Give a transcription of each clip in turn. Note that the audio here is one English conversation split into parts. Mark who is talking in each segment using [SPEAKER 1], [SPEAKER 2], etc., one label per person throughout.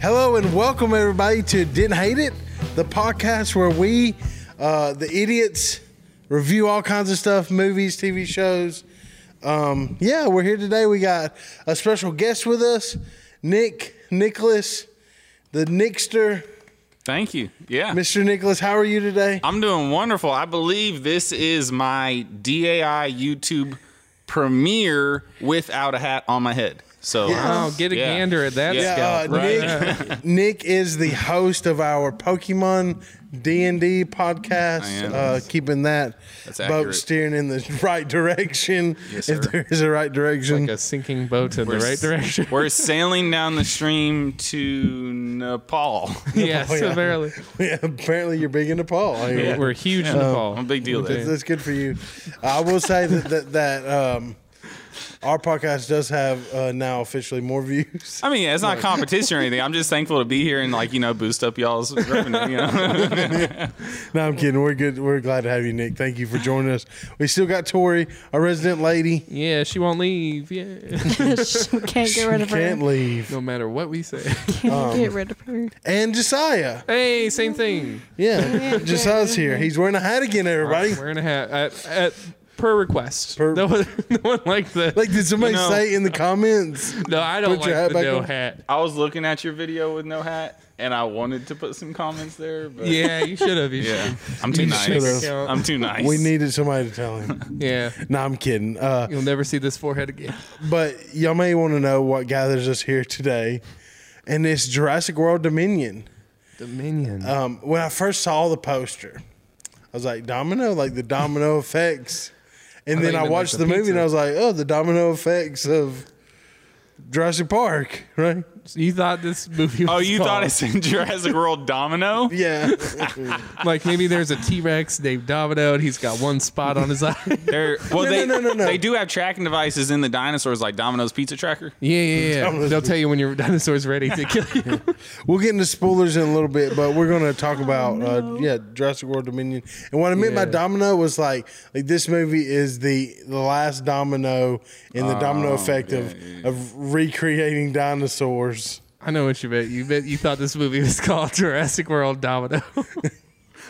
[SPEAKER 1] Hello and welcome everybody to Didn't Hate It, the podcast where we, uh, the idiots, review all kinds of stuff, movies, TV shows. Um, yeah, we're here today. We got a special guest with us, Nick Nicholas, the Nickster,
[SPEAKER 2] Thank you. Yeah.
[SPEAKER 1] Mr. Nicholas. How are you today?
[SPEAKER 2] I'm doing wonderful. I believe this is my DAI YouTube premiere without a hat on my head. So uh,
[SPEAKER 3] Wow, get a
[SPEAKER 2] Yeah.
[SPEAKER 3] gander at that
[SPEAKER 2] Yeah.
[SPEAKER 3] scout.
[SPEAKER 1] uh,
[SPEAKER 3] right?
[SPEAKER 1] Nick, Nick is the host of our Pokemon D and D podcast.
[SPEAKER 2] am.
[SPEAKER 1] Uh, keeping that
[SPEAKER 2] That's
[SPEAKER 1] boat
[SPEAKER 2] accurate.
[SPEAKER 1] steering in the right direction,
[SPEAKER 2] Yes,
[SPEAKER 1] if
[SPEAKER 2] sir.
[SPEAKER 1] there is a right direction.
[SPEAKER 3] Like a sinking boat in the right
[SPEAKER 2] s-
[SPEAKER 3] direction.
[SPEAKER 2] we're sailing down the stream to Nepal.
[SPEAKER 3] yeah,
[SPEAKER 1] Oh, yeah.
[SPEAKER 3] severely.
[SPEAKER 1] yeah, apparently, you're big into Paul. I hear.
[SPEAKER 3] We're huge in Nepal.
[SPEAKER 2] I'm a big deal
[SPEAKER 1] That's,
[SPEAKER 2] there.
[SPEAKER 1] that's good for you. I will say that that, that um, our podcast does have uh, now officially more views.
[SPEAKER 2] I mean, it's not competition or anything. I'm just thankful to be here and like you know boost up y'all's revenue. You know?
[SPEAKER 1] No, I'm kidding. We're good. We're glad to have you, Nick. Thank you for joining us. We still got Tori, our resident lady.
[SPEAKER 3] Yeah, she won't leave. Yeah.
[SPEAKER 4] we can't get rid of her.
[SPEAKER 1] Can't leave.
[SPEAKER 3] no matter what we say.
[SPEAKER 4] Can't get
[SPEAKER 3] um,
[SPEAKER 4] rid of her.
[SPEAKER 1] And Josiah.
[SPEAKER 3] hey, same thing.
[SPEAKER 1] Yeah, Josiah's here. He's wearing a hat again, everybody.
[SPEAKER 3] Wearing a hat at, at per request.
[SPEAKER 1] Per-
[SPEAKER 3] no, one, no one liked the.
[SPEAKER 1] Like, did somebody
[SPEAKER 2] You know-
[SPEAKER 1] say in the comments?
[SPEAKER 3] no, I don't
[SPEAKER 1] put your
[SPEAKER 3] like
[SPEAKER 1] hat
[SPEAKER 3] the
[SPEAKER 1] back
[SPEAKER 3] no
[SPEAKER 1] on.
[SPEAKER 3] hat.
[SPEAKER 2] I was looking at your video with no hat, and I wanted to put some comments there, but
[SPEAKER 3] Yeah, you should have. You
[SPEAKER 2] yeah, I'm too
[SPEAKER 3] You
[SPEAKER 2] nice.
[SPEAKER 1] should've.
[SPEAKER 2] I'm too nice.
[SPEAKER 1] We needed somebody to tell him.
[SPEAKER 3] should. Yeah.
[SPEAKER 1] no, I'm kidding. Uh,
[SPEAKER 3] You'll never see this forehead again.
[SPEAKER 1] but y'all may want to know what gathers us here today, and it's Jurassic World Dominion.
[SPEAKER 3] Dominion.
[SPEAKER 1] Um, when I first saw the poster, I was like, "Domino, like the domino effects." And
[SPEAKER 3] I
[SPEAKER 1] then
[SPEAKER 3] thought you
[SPEAKER 1] I
[SPEAKER 3] meant, like,
[SPEAKER 1] watched
[SPEAKER 3] the
[SPEAKER 1] the movie,
[SPEAKER 3] pizza.
[SPEAKER 1] and I was like, "Oh, the domino effects of Jurassic Park, right?"
[SPEAKER 3] you thought this movie was
[SPEAKER 2] Oh, you thought
[SPEAKER 3] called-
[SPEAKER 2] it's in Jurassic World Domino?
[SPEAKER 1] Yeah,
[SPEAKER 3] like maybe there's a T Rex named Domino and he's got one spot on his eye. yeah,
[SPEAKER 2] They're, well,
[SPEAKER 1] No,
[SPEAKER 2] they,
[SPEAKER 1] no, no, no, no.
[SPEAKER 2] they do have tracking devices in the dinosaurs, like Domino's Pizza Tracker.
[SPEAKER 3] yeah, yeah.
[SPEAKER 1] Domino's
[SPEAKER 3] They'll tell you when your dinosaur's ready to kill you.
[SPEAKER 1] We'll get into spoilers in a little bit, but we're gonna talk about uh, yeah, Jurassic World Dominion. And what I meant by
[SPEAKER 3] Yeah.
[SPEAKER 1] domino was like like this movie is the the last domino in the domino effect of of recreating dinosaurs.
[SPEAKER 3] I know what you bet. You bet you thought this movie was called Jurassic World Domino.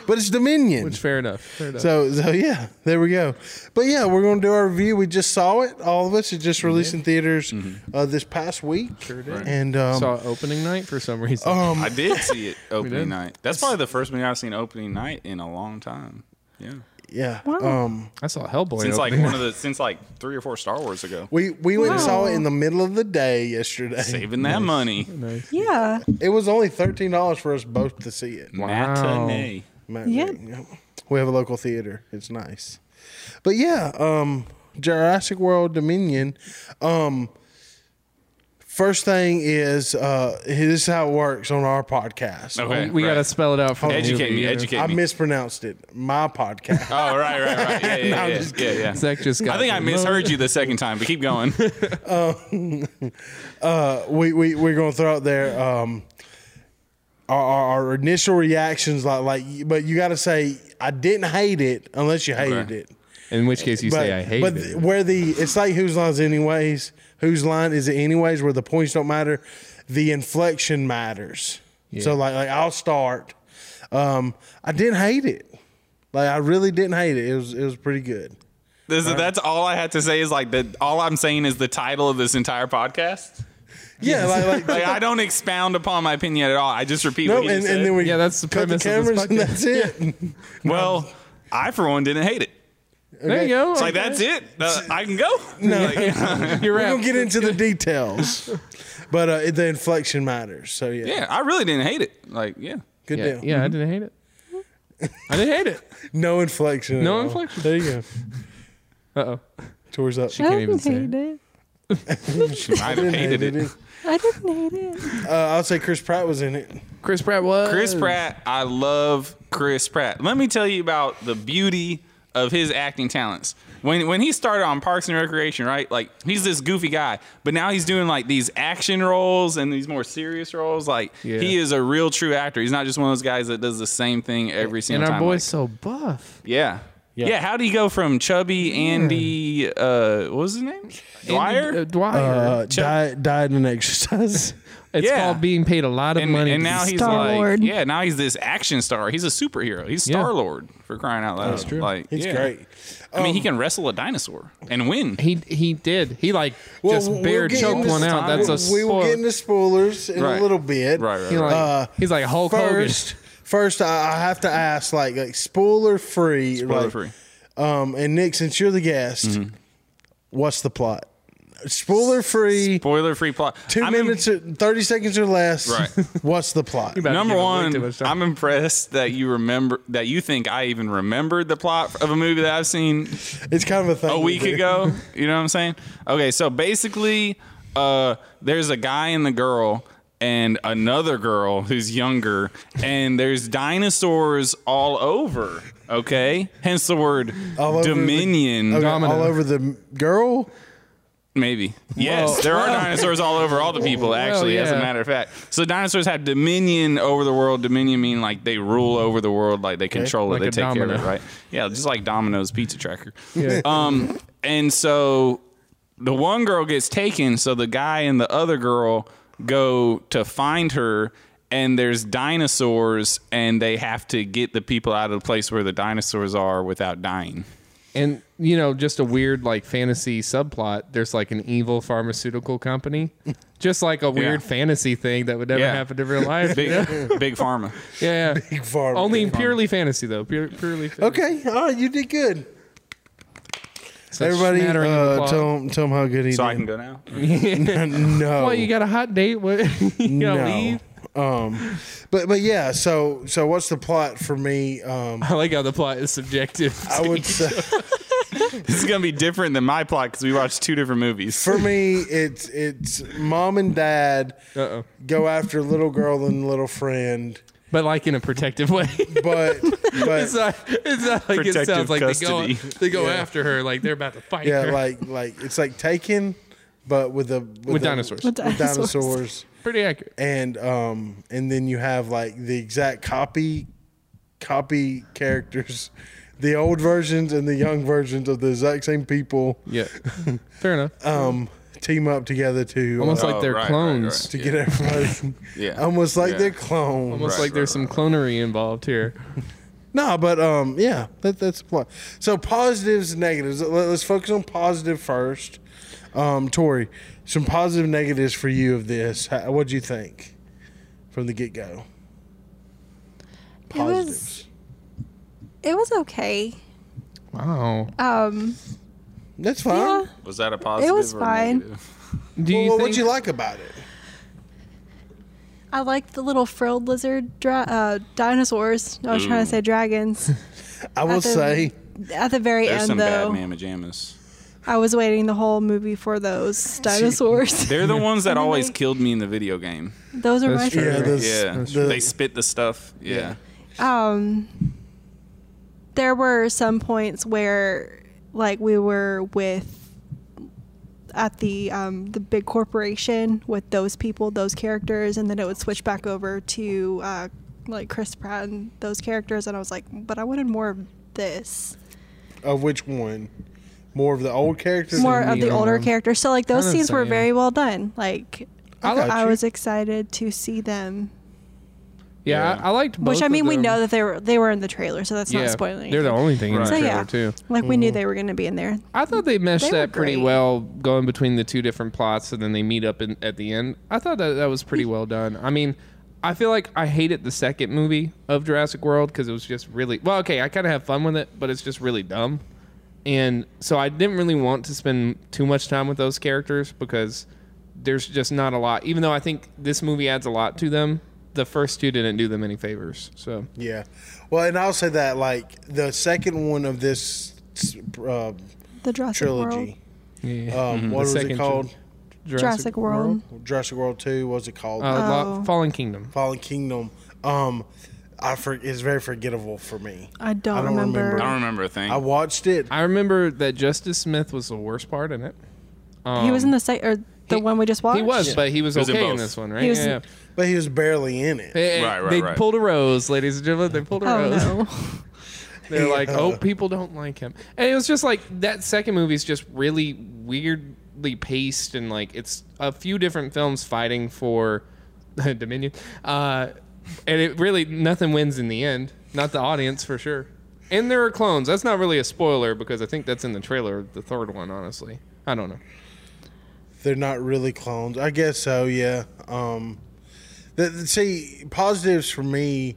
[SPEAKER 1] But it's Dominion.
[SPEAKER 3] Which fair enough. Fair enough.
[SPEAKER 1] so so yeah, there we go. But yeah, we're gonna do our review. We just saw it, all of us. It just released in theaters uh, this past week. Sure
[SPEAKER 3] did.
[SPEAKER 1] And um,
[SPEAKER 3] Saw opening night for some reason.
[SPEAKER 1] um
[SPEAKER 2] I did see it
[SPEAKER 3] did?
[SPEAKER 2] opening night. That's probably the first movie I've seen opening night in a long time. Yeah,
[SPEAKER 1] yeah.
[SPEAKER 4] Wow.
[SPEAKER 1] Um
[SPEAKER 3] I saw Hellboy.
[SPEAKER 2] since like
[SPEAKER 3] opening
[SPEAKER 2] one of the since like three or four Star Wars ago.
[SPEAKER 1] we, we went and saw
[SPEAKER 4] Wow.
[SPEAKER 1] it in the middle of the day yesterday.
[SPEAKER 2] Saving that money.
[SPEAKER 3] night.
[SPEAKER 4] Yeah.
[SPEAKER 1] It was only thirteen dollars for us both to see it.
[SPEAKER 2] Matinee.
[SPEAKER 1] Matt
[SPEAKER 4] Yeah.
[SPEAKER 1] Reed, yep. We have a local theater. It's nice. But yeah, um Jurassic World Dominion. Um first thing is uh this is how it works on our podcast.
[SPEAKER 2] Okay,
[SPEAKER 3] we
[SPEAKER 2] right.
[SPEAKER 3] gotta spell it out for the
[SPEAKER 2] educate
[SPEAKER 3] movie.
[SPEAKER 2] me. Educate
[SPEAKER 1] I
[SPEAKER 2] Oh, me.
[SPEAKER 1] mispronounced it. My podcast.
[SPEAKER 2] oh right, right, right. Yeah, yeah, yeah, yeah, yeah.
[SPEAKER 3] Zach just got
[SPEAKER 2] I think I misheard you the second time, but keep going.
[SPEAKER 1] we, we we're gonna throw out there um our, our, our initial reactions like like but you gotta say I didn't hate it unless you hated
[SPEAKER 2] Okay.
[SPEAKER 1] it.
[SPEAKER 3] In which case you say I hate
[SPEAKER 1] but
[SPEAKER 3] it.
[SPEAKER 1] where the it's like whose line's anyways, whose line is it anyways? Where the points don't matter, the inflection matters. So like like I'll start. Um, I didn't hate it. Like I really didn't hate it. It was it was pretty good.
[SPEAKER 2] This, That's all I had to say. Is like the all I'm saying is the title of this entire podcast.
[SPEAKER 1] Yeah, like like
[SPEAKER 2] Like I don't expound upon my opinion at all. I just repeat
[SPEAKER 1] no,
[SPEAKER 2] what you
[SPEAKER 1] and,
[SPEAKER 2] said.
[SPEAKER 1] and then we
[SPEAKER 3] Yeah, that's the
[SPEAKER 1] cut the
[SPEAKER 3] premise of this
[SPEAKER 1] cameras and
[SPEAKER 3] podcast.
[SPEAKER 1] that's it.
[SPEAKER 2] Well, I for one didn't hate it.
[SPEAKER 3] There you go.
[SPEAKER 2] It's like that's it. Uh, I can go. Like,
[SPEAKER 3] You're
[SPEAKER 1] We're
[SPEAKER 3] right.
[SPEAKER 1] gonna get into the details, but uh, the inflection matters. So yeah,
[SPEAKER 2] yeah, I really didn't hate it. Like yeah,
[SPEAKER 1] good
[SPEAKER 3] yeah,
[SPEAKER 1] deal.
[SPEAKER 3] yeah, I didn't hate it. I didn't hate it.
[SPEAKER 1] No inflection. at
[SPEAKER 3] No
[SPEAKER 1] all.
[SPEAKER 3] inflection.
[SPEAKER 1] There you go.
[SPEAKER 3] Uh oh.
[SPEAKER 1] Tours up.
[SPEAKER 3] Can't
[SPEAKER 4] I
[SPEAKER 3] even say
[SPEAKER 4] didn't hate it.
[SPEAKER 2] she might have hated it.
[SPEAKER 4] I didn't hate it.
[SPEAKER 1] Uh, I'll say Chris Pratt was in it.
[SPEAKER 3] Chris Pratt was
[SPEAKER 2] Chris Pratt, I love Chris Pratt. Let me tell you about the beauty of his acting talents. When when he started on Parks and Recreation, right? Like he's this goofy guy, but now he's doing like these action roles and these more serious roles. Like
[SPEAKER 3] Yeah.
[SPEAKER 2] he is a real true actor. He's not just one of those guys that does the same thing every single
[SPEAKER 3] And
[SPEAKER 2] time.
[SPEAKER 3] our boy's
[SPEAKER 2] Like,
[SPEAKER 3] so buff.
[SPEAKER 2] yeah. Yeah. how do you go from chubby Andy? Uh, what was his name? Dwyer.
[SPEAKER 3] Uh, Dwyer.
[SPEAKER 1] Uh,
[SPEAKER 2] Chuck-
[SPEAKER 1] died, died in exercise.
[SPEAKER 3] it's
[SPEAKER 2] yeah.
[SPEAKER 3] called being paid a lot of
[SPEAKER 2] and,
[SPEAKER 3] money.
[SPEAKER 2] and
[SPEAKER 3] to
[SPEAKER 2] now
[SPEAKER 3] be
[SPEAKER 2] he's
[SPEAKER 4] Star-Lord.
[SPEAKER 2] like, yeah, now he's this action star. He's a superhero. He's
[SPEAKER 3] Yeah.
[SPEAKER 2] Star Lord for crying out loud. That's
[SPEAKER 3] true. Um,
[SPEAKER 2] Like,
[SPEAKER 1] He's
[SPEAKER 2] yeah.
[SPEAKER 1] great.
[SPEAKER 2] I mean, he can wrestle a dinosaur and win.
[SPEAKER 3] He he did. He like
[SPEAKER 1] Well,
[SPEAKER 3] just
[SPEAKER 1] we'll
[SPEAKER 3] bare
[SPEAKER 1] get
[SPEAKER 3] choked
[SPEAKER 1] into
[SPEAKER 3] one out.
[SPEAKER 2] time.
[SPEAKER 3] That's a
[SPEAKER 1] we will
[SPEAKER 3] spoil-
[SPEAKER 1] get into spoilers in
[SPEAKER 2] Right.
[SPEAKER 1] a little bit.
[SPEAKER 2] Right, right,
[SPEAKER 3] He like,
[SPEAKER 1] Uh,
[SPEAKER 3] he's like Hulk
[SPEAKER 1] First, first, I I have to ask, like, like spoiler free,
[SPEAKER 2] Spoiler free.
[SPEAKER 1] Um, and Nick, since you're the guest, what's the plot? Spoiler free.
[SPEAKER 2] Spoiler free plot.
[SPEAKER 1] Two
[SPEAKER 2] I'm im-
[SPEAKER 1] minutes, or, thirty seconds or less.
[SPEAKER 2] Right.
[SPEAKER 1] What's the plot?
[SPEAKER 3] better-
[SPEAKER 2] Number
[SPEAKER 3] give it way
[SPEAKER 2] one,
[SPEAKER 3] too much time.
[SPEAKER 2] I'm impressed that you remember that you think I even remembered the plot of a movie that I've seen
[SPEAKER 1] It's kind of a thing.
[SPEAKER 2] a
[SPEAKER 1] we
[SPEAKER 2] week
[SPEAKER 1] do.
[SPEAKER 2] ago. You know what I'm saying? Okay, so basically, uh, there's a guy and the girl, and another girl who's younger, and there's dinosaurs all over. Okay, hence the word
[SPEAKER 1] All over the-
[SPEAKER 2] dominion.
[SPEAKER 1] Okay,
[SPEAKER 3] Domino.
[SPEAKER 1] all over the girl.
[SPEAKER 2] Maybe. Yes,
[SPEAKER 3] Well-
[SPEAKER 2] there are dinosaurs all over all the people, actually, as a
[SPEAKER 3] yeah.
[SPEAKER 2] matter of fact. So dinosaurs have dominion over the world. Dominion mean like they rule over the world, like they control
[SPEAKER 3] Like
[SPEAKER 2] it, they
[SPEAKER 3] a
[SPEAKER 2] take care of it,
[SPEAKER 3] domino.
[SPEAKER 2] right? Yeah, just like Domino's pizza tracker.
[SPEAKER 3] Yeah.
[SPEAKER 2] Um and so the one girl gets taken, so the guy and the other girl go to find her and there's dinosaurs and they have to get the people out of the place where the dinosaurs are without dying.
[SPEAKER 3] and you know just a weird like fantasy subplot. There's like an evil pharmaceutical company, just like a weird
[SPEAKER 2] Yeah.
[SPEAKER 3] fantasy thing that would never
[SPEAKER 2] Yeah.
[SPEAKER 3] happen in real life.
[SPEAKER 2] Big
[SPEAKER 3] you know?
[SPEAKER 2] big pharma.
[SPEAKER 3] yeah, yeah.
[SPEAKER 1] Big farm.
[SPEAKER 3] Only purely fantasy though. Pure, purely. Fantasy.
[SPEAKER 1] Okay. All right. You did good.
[SPEAKER 3] Such
[SPEAKER 1] Everybody,
[SPEAKER 3] smattering of
[SPEAKER 1] uh,
[SPEAKER 3] applause.
[SPEAKER 1] tell him tell him how good he
[SPEAKER 2] So
[SPEAKER 1] did.
[SPEAKER 2] I can go now.
[SPEAKER 1] no.
[SPEAKER 3] Well, you got a hot date. What? you gotta leave.
[SPEAKER 1] Um, but but yeah. So so what's the plot for me? Um,
[SPEAKER 3] I like how the plot is subjective.
[SPEAKER 1] I would say
[SPEAKER 2] This is gonna be different than my plot because we watched two different movies.
[SPEAKER 1] for me, it's it's mom and dad
[SPEAKER 3] Uh-oh.
[SPEAKER 1] go after little girl and little friend,
[SPEAKER 3] But like in a protective way.
[SPEAKER 1] but but
[SPEAKER 3] it's not. It's not like it
[SPEAKER 2] Protective
[SPEAKER 3] sounds like
[SPEAKER 2] custody.
[SPEAKER 3] they go. They go after her like they're about to fight
[SPEAKER 1] yeah,
[SPEAKER 3] her.
[SPEAKER 1] like like it's like Taken, but with the with, the-
[SPEAKER 3] dinosaurs.
[SPEAKER 1] with
[SPEAKER 4] With
[SPEAKER 1] dinosaurs.
[SPEAKER 4] dinosaurs.
[SPEAKER 3] Pretty accurate.
[SPEAKER 1] and um and then you have like the exact copy copy characters. The old versions and the young versions of the exact same people
[SPEAKER 3] Yeah. Fair enough.
[SPEAKER 1] um, team up together to uh,
[SPEAKER 3] Almost
[SPEAKER 2] Oh,
[SPEAKER 3] like they're
[SPEAKER 2] right, right,
[SPEAKER 3] clones.
[SPEAKER 1] to get everybody.
[SPEAKER 2] Yeah.
[SPEAKER 1] Almost like
[SPEAKER 2] Yeah.
[SPEAKER 1] they're clones.
[SPEAKER 3] Almost
[SPEAKER 2] Right,
[SPEAKER 3] like there's
[SPEAKER 2] right,
[SPEAKER 3] some clonery involved here.
[SPEAKER 1] Nah, but um, yeah, that, that's the plot. So positives, negatives. Let, us focus on positive first. Um, Tori, some positive negatives for you of this. How, what'd you think from the get go?
[SPEAKER 4] It was it was okay.
[SPEAKER 3] Wow.
[SPEAKER 4] Um,
[SPEAKER 1] That's fine.
[SPEAKER 4] yeah,
[SPEAKER 1] Well,
[SPEAKER 2] Was that a positive?
[SPEAKER 4] It was
[SPEAKER 2] or a
[SPEAKER 4] fine.
[SPEAKER 2] negative?
[SPEAKER 3] Do you
[SPEAKER 1] what
[SPEAKER 3] think?
[SPEAKER 1] would you like about it?
[SPEAKER 4] I liked the little frilled lizard dra- uh, dinosaurs. I was
[SPEAKER 2] Mm.
[SPEAKER 4] trying to say dragons.
[SPEAKER 1] I will
[SPEAKER 4] Nothing.
[SPEAKER 1] say,
[SPEAKER 4] At the very
[SPEAKER 2] There's
[SPEAKER 4] end,
[SPEAKER 2] some
[SPEAKER 4] though,
[SPEAKER 2] bad mamma jammas.
[SPEAKER 4] I was waiting the whole movie for those dinosaurs.
[SPEAKER 2] They're the ones that always
[SPEAKER 4] like-
[SPEAKER 2] killed me in the video game.
[SPEAKER 4] those are
[SPEAKER 3] That's
[SPEAKER 4] my
[SPEAKER 3] true.
[SPEAKER 1] yeah,
[SPEAKER 4] favorite.
[SPEAKER 1] this,
[SPEAKER 2] Yeah,
[SPEAKER 1] the-
[SPEAKER 2] they spit the stuff. Yeah,
[SPEAKER 4] um there were some points where like we were with at the um the big corporation with those people those characters and then it would switch back over to uh like chris pratt and those characters and i was like but i wanted more of this
[SPEAKER 1] of which one? More of the old characters.
[SPEAKER 4] more
[SPEAKER 3] the
[SPEAKER 4] of the
[SPEAKER 3] neon
[SPEAKER 4] older
[SPEAKER 3] one.
[SPEAKER 4] characters so like those
[SPEAKER 3] Kinda
[SPEAKER 4] scenes were
[SPEAKER 3] same.
[SPEAKER 4] very well done like
[SPEAKER 1] I
[SPEAKER 4] I,
[SPEAKER 1] got you.
[SPEAKER 4] was excited to see them
[SPEAKER 3] yeah,
[SPEAKER 2] Yeah.
[SPEAKER 3] I, I liked both.
[SPEAKER 4] which i
[SPEAKER 3] of
[SPEAKER 4] mean we
[SPEAKER 3] them.
[SPEAKER 4] know that they were they were in the trailer so that's
[SPEAKER 3] Yeah,
[SPEAKER 4] not spoiling
[SPEAKER 3] They're the
[SPEAKER 4] anything.
[SPEAKER 3] only thing in
[SPEAKER 2] Right.
[SPEAKER 3] the
[SPEAKER 4] so
[SPEAKER 3] trailer
[SPEAKER 4] yeah
[SPEAKER 3] too.
[SPEAKER 4] like we knew they were going to be in there
[SPEAKER 3] I thought they meshed
[SPEAKER 4] They were
[SPEAKER 3] that pretty
[SPEAKER 4] great.
[SPEAKER 3] well, going between the two different plots, and then they meet up in, at the end. I thought that that was pretty well done. I mean, I feel like I hated the second movie of Jurassic World because it was just really well. Okay, I kind of have fun with it, but it's just really dumb, and so I didn't really want to spend too much time with those characters because there's just not a lot. Even though I think this movie adds a lot to them, the first two didn't do them any favors. So
[SPEAKER 1] Yeah. Well, and I'll say that like the second one of this uh,
[SPEAKER 4] The Jurassic World.
[SPEAKER 1] trilogy.
[SPEAKER 3] yeah,
[SPEAKER 1] Um, What was it
[SPEAKER 3] second
[SPEAKER 1] called?
[SPEAKER 4] Jurassic World.
[SPEAKER 1] Jurassic World Two. What's it called?
[SPEAKER 3] uh, Lo-
[SPEAKER 4] Oh.
[SPEAKER 3] Fallen Kingdom.
[SPEAKER 1] Fallen Kingdom. Um, I for, it's very forgettable for me.
[SPEAKER 4] I don't,
[SPEAKER 1] I don't
[SPEAKER 4] remember.
[SPEAKER 1] remember.
[SPEAKER 2] I don't remember a thing.
[SPEAKER 1] I watched it.
[SPEAKER 3] I remember that Justice Smith was the worst part in it.
[SPEAKER 4] he was in the site or the
[SPEAKER 3] Um, he-
[SPEAKER 4] one we just watched.
[SPEAKER 3] He was, but he was
[SPEAKER 2] He was in
[SPEAKER 3] okay in,
[SPEAKER 2] both.
[SPEAKER 3] this one, right?
[SPEAKER 4] He was-
[SPEAKER 3] yeah.
[SPEAKER 1] but he was barely in it.
[SPEAKER 3] They,
[SPEAKER 2] Right, right,
[SPEAKER 3] they
[SPEAKER 2] right.
[SPEAKER 3] uh, pulled a rose, ladies and gentlemen. They pulled a
[SPEAKER 4] Oh
[SPEAKER 3] rose.
[SPEAKER 4] no!
[SPEAKER 3] They're like,
[SPEAKER 1] Yeah.
[SPEAKER 3] oh, people don't like him. And it was just like that second movie is just really weirdly paced and like it's a few different films fighting for Dominion. Uh, and it really nothing wins in the end. Not the audience for sure. And there are clones. That's not really a spoiler because I think that's in the trailer, the third one, honestly. I don't know.
[SPEAKER 1] They're not really clones. I guess so, yeah. Um the, the- see, positives for me,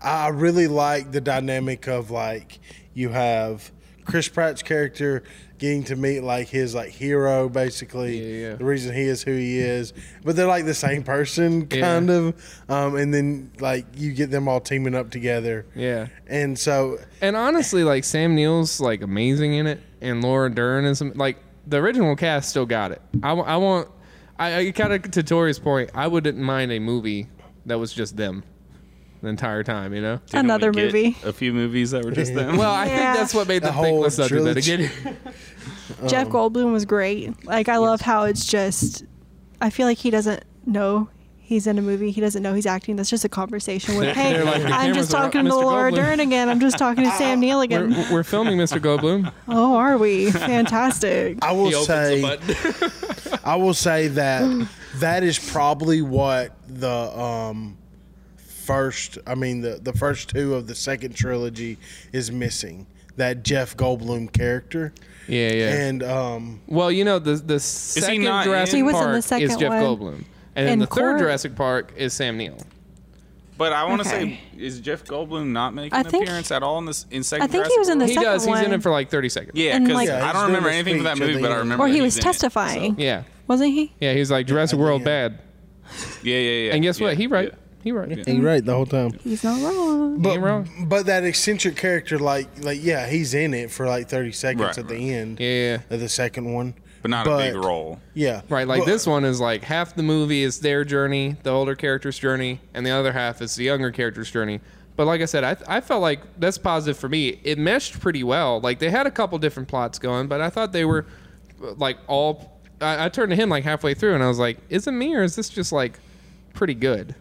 [SPEAKER 1] I really like the dynamic of like you have Chris Pratt's character getting to meet like his like hero basically.
[SPEAKER 3] Yeah, yeah.
[SPEAKER 1] The reason he is who he is. But they're like the same person kind of. Um and then like you get them all teaming up together.
[SPEAKER 3] Yeah.
[SPEAKER 1] And so
[SPEAKER 3] And honestly, like Sam Neill's like amazing in it, and Laura Dern is like the original cast still got it. I, wa- I want, I, I kind of to Tori's point, I wouldn't mind a movie that was just them the entire time, you know.
[SPEAKER 2] Didn't
[SPEAKER 4] Another
[SPEAKER 2] we get
[SPEAKER 4] movie.
[SPEAKER 2] A few movies that were just them.
[SPEAKER 3] Well, I
[SPEAKER 4] Yeah.
[SPEAKER 3] think that's what made the
[SPEAKER 1] The whole
[SPEAKER 3] thing. Let's not do that
[SPEAKER 1] trilogy.
[SPEAKER 3] again.
[SPEAKER 4] Jeff Goldblum was great. Like I love how it's just I feel like he doesn't know he's in a movie. He doesn't know he's acting. That's just a conversation with hey,
[SPEAKER 3] They're like, the
[SPEAKER 4] I'm
[SPEAKER 3] cameras
[SPEAKER 4] just
[SPEAKER 3] are on
[SPEAKER 4] talking to
[SPEAKER 3] Mr.
[SPEAKER 4] Laura
[SPEAKER 3] Goldblum."
[SPEAKER 4] Dern again. I'm just talking to Sam Neill
[SPEAKER 3] We're,
[SPEAKER 4] again.
[SPEAKER 3] we're filming Mr. Goldblum.
[SPEAKER 4] Oh, are we? Fantastic.
[SPEAKER 1] I will say I will say that that is probably what the um, first, I mean, the, the first two of the second trilogy is missing that Jeff Goldblum character.
[SPEAKER 3] Yeah, yeah.
[SPEAKER 1] And um,
[SPEAKER 3] Well, you know the the second
[SPEAKER 2] not
[SPEAKER 3] Jurassic
[SPEAKER 2] in- He
[SPEAKER 4] was in the
[SPEAKER 3] Park is
[SPEAKER 4] second
[SPEAKER 3] Jeff
[SPEAKER 4] one.
[SPEAKER 3] Goldblum, and then
[SPEAKER 4] And
[SPEAKER 3] the third
[SPEAKER 4] Cor-
[SPEAKER 3] Jurassic Park is Sam Neill.
[SPEAKER 2] but I want to
[SPEAKER 4] Okay.
[SPEAKER 2] say, is Jeff Goldblum not making
[SPEAKER 4] I
[SPEAKER 2] an
[SPEAKER 4] think-
[SPEAKER 2] appearance at all in this in second?
[SPEAKER 4] I think he was in
[SPEAKER 2] Jurassic
[SPEAKER 4] the
[SPEAKER 3] He
[SPEAKER 4] second
[SPEAKER 3] does.
[SPEAKER 4] one.
[SPEAKER 3] He's in it for like thirty seconds.
[SPEAKER 2] World? Yeah,
[SPEAKER 4] and,
[SPEAKER 2] because
[SPEAKER 4] like-
[SPEAKER 1] Yeah, he's
[SPEAKER 2] I don't
[SPEAKER 1] doing
[SPEAKER 2] remember
[SPEAKER 1] the
[SPEAKER 2] anything from that
[SPEAKER 1] speech at the
[SPEAKER 2] movie, but I
[SPEAKER 1] end.
[SPEAKER 2] remember
[SPEAKER 4] or he
[SPEAKER 2] that
[SPEAKER 4] was
[SPEAKER 2] he's in it.
[SPEAKER 4] testifying.
[SPEAKER 3] yeah,
[SPEAKER 4] Wasn't he?
[SPEAKER 3] yeah. He's like Jurassic
[SPEAKER 1] at the
[SPEAKER 3] World
[SPEAKER 1] end.
[SPEAKER 3] bad.
[SPEAKER 2] Yeah, yeah, yeah.
[SPEAKER 3] And guess
[SPEAKER 2] yeah,
[SPEAKER 3] what? He right.
[SPEAKER 2] yeah.
[SPEAKER 3] He right.
[SPEAKER 2] Yeah.
[SPEAKER 1] you're right the whole time.
[SPEAKER 4] He's not wrong.
[SPEAKER 1] Mm-hmm. But,
[SPEAKER 3] Ain't wrong.
[SPEAKER 1] but that eccentric character, like, like yeah, he's in it for like 30 seconds
[SPEAKER 2] Right,
[SPEAKER 1] at
[SPEAKER 2] right.
[SPEAKER 1] the end
[SPEAKER 3] Yeah.
[SPEAKER 1] of the second one.
[SPEAKER 2] But not a big
[SPEAKER 1] But-
[SPEAKER 2] role.
[SPEAKER 1] Yeah.
[SPEAKER 3] Right, like
[SPEAKER 1] But-
[SPEAKER 3] this one is like half the movie is their journey, the older character's journey, and the other half is the younger character's journey. But like I said, I, I felt like that's positive for me. It meshed pretty well. Like they had a couple different plots going, but I thought they were uh, like all. I, I turned to him like halfway through, and I was like, "Is it me or is this just like pretty good?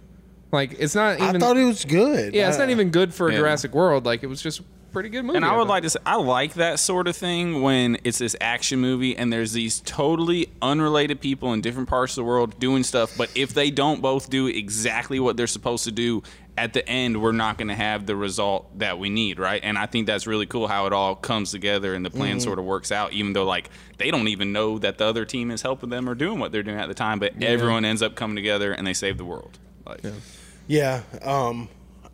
[SPEAKER 3] Like it's not even.
[SPEAKER 1] I thought it was good.
[SPEAKER 3] yeah, it's
[SPEAKER 1] I-
[SPEAKER 3] not even good for
[SPEAKER 2] Yeah.
[SPEAKER 3] Jurassic World. Like it was just a pretty good movie.
[SPEAKER 2] And I would
[SPEAKER 3] thought.
[SPEAKER 2] like to say, I like that sort of thing when it's this action movie and there's these totally unrelated people in different parts of the world doing stuff, but if they don't both do exactly what they're supposed to do at the end, we're not going to have the result that we need, right? And I think that's really cool how it all comes together and the plan
[SPEAKER 1] Mm-hmm.
[SPEAKER 2] sort of works out, even though, like, they don't even know that the other team is helping them or doing what they're doing at the time, but everyone ends up coming together and they save the world. Like,
[SPEAKER 1] Yeah, um,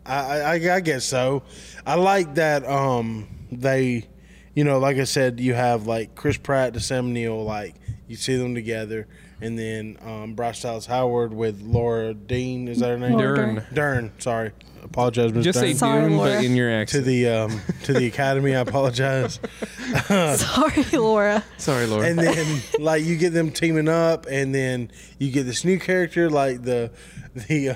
[SPEAKER 1] I, I, I guess so. I like that um, they, you know, like I said, you have like Chris Pratt to Sam Neill, like you see them together, and then um, Bryce Dallas Howard with Laura Dean. Is that her name?
[SPEAKER 4] Laura
[SPEAKER 3] Dern.
[SPEAKER 1] Dern. Sorry, apologize, Miss
[SPEAKER 3] just say
[SPEAKER 1] Dern.
[SPEAKER 4] Sorry,
[SPEAKER 3] Dune,
[SPEAKER 4] Laura.
[SPEAKER 3] but in your
[SPEAKER 1] to
[SPEAKER 3] accent.
[SPEAKER 1] the um, to the Academy. I apologize.
[SPEAKER 4] Sorry, Laura.
[SPEAKER 3] Sorry, Laura.
[SPEAKER 1] and then like you get them teaming up, and then you get this new character like the the uh,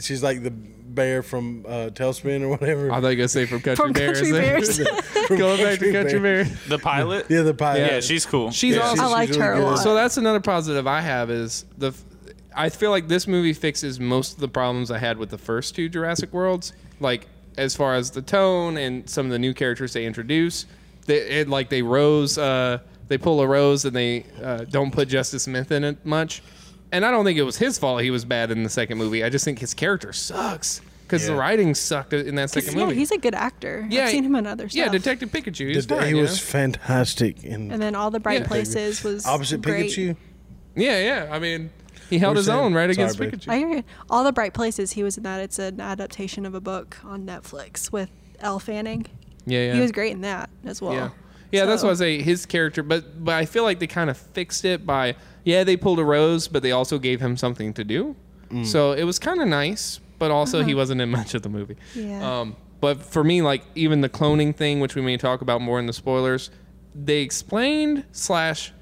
[SPEAKER 1] she's like the bear from uh, Tailspin or whatever.
[SPEAKER 3] I thought you were gonna say from Country
[SPEAKER 4] From
[SPEAKER 3] Bears.
[SPEAKER 4] Country Bears.
[SPEAKER 1] From
[SPEAKER 3] Going back to
[SPEAKER 1] Bear.
[SPEAKER 3] Country Bear.
[SPEAKER 2] the pilot?
[SPEAKER 1] Yeah, the pilot.
[SPEAKER 2] Yeah, she's cool.
[SPEAKER 3] She's
[SPEAKER 1] Yeah,
[SPEAKER 3] awesome.
[SPEAKER 4] I liked her a
[SPEAKER 1] good.
[SPEAKER 4] lot.
[SPEAKER 3] So that's another positive I have is the. f- I feel like this movie fixes most of the problems I had with the first two Jurassic Worlds, like as far as the tone and some of the new characters they introduce. They it, like they rose, uh, they pull a rose, and they uh, don't put Justice Smith in it much. And I don't think it was his fault he was bad in the second movie. I just think his character sucks because the
[SPEAKER 1] Yeah.
[SPEAKER 3] writing sucked in that second
[SPEAKER 4] Yeah,
[SPEAKER 3] movie.
[SPEAKER 4] he's a good actor.
[SPEAKER 3] Yeah,
[SPEAKER 4] I've seen him in other stuff.
[SPEAKER 3] yeah, Detective Pikachu. He's
[SPEAKER 1] The-
[SPEAKER 3] fine,
[SPEAKER 1] he
[SPEAKER 3] you
[SPEAKER 1] was
[SPEAKER 3] know?
[SPEAKER 1] fantastic in
[SPEAKER 4] and then all the bright
[SPEAKER 3] Yeah.
[SPEAKER 4] places was
[SPEAKER 1] opposite
[SPEAKER 4] great.
[SPEAKER 1] Pikachu.
[SPEAKER 3] Yeah, yeah. I mean, he held
[SPEAKER 1] We're
[SPEAKER 3] his
[SPEAKER 1] saying-
[SPEAKER 3] own right
[SPEAKER 1] Sorry,
[SPEAKER 3] against
[SPEAKER 1] buddy.
[SPEAKER 3] Pikachu.
[SPEAKER 4] I hear you. all the bright places he was in that. It's an adaptation of a book on Netflix with Elle Fanning.
[SPEAKER 3] yeah, yeah.
[SPEAKER 4] He was great in that as well.
[SPEAKER 3] yeah. Yeah, that's
[SPEAKER 4] So-
[SPEAKER 3] why I say his character, but but I feel like they kind of fixed it by yeah they pulled a rose, but they also gave him something to do, so it was kind of nice. But also he wasn't in much of the movie.
[SPEAKER 4] Uh-huh. Yeah.
[SPEAKER 3] Um, but for me, like even the cloning thing, which we may talk about more in the spoilers, they explained slash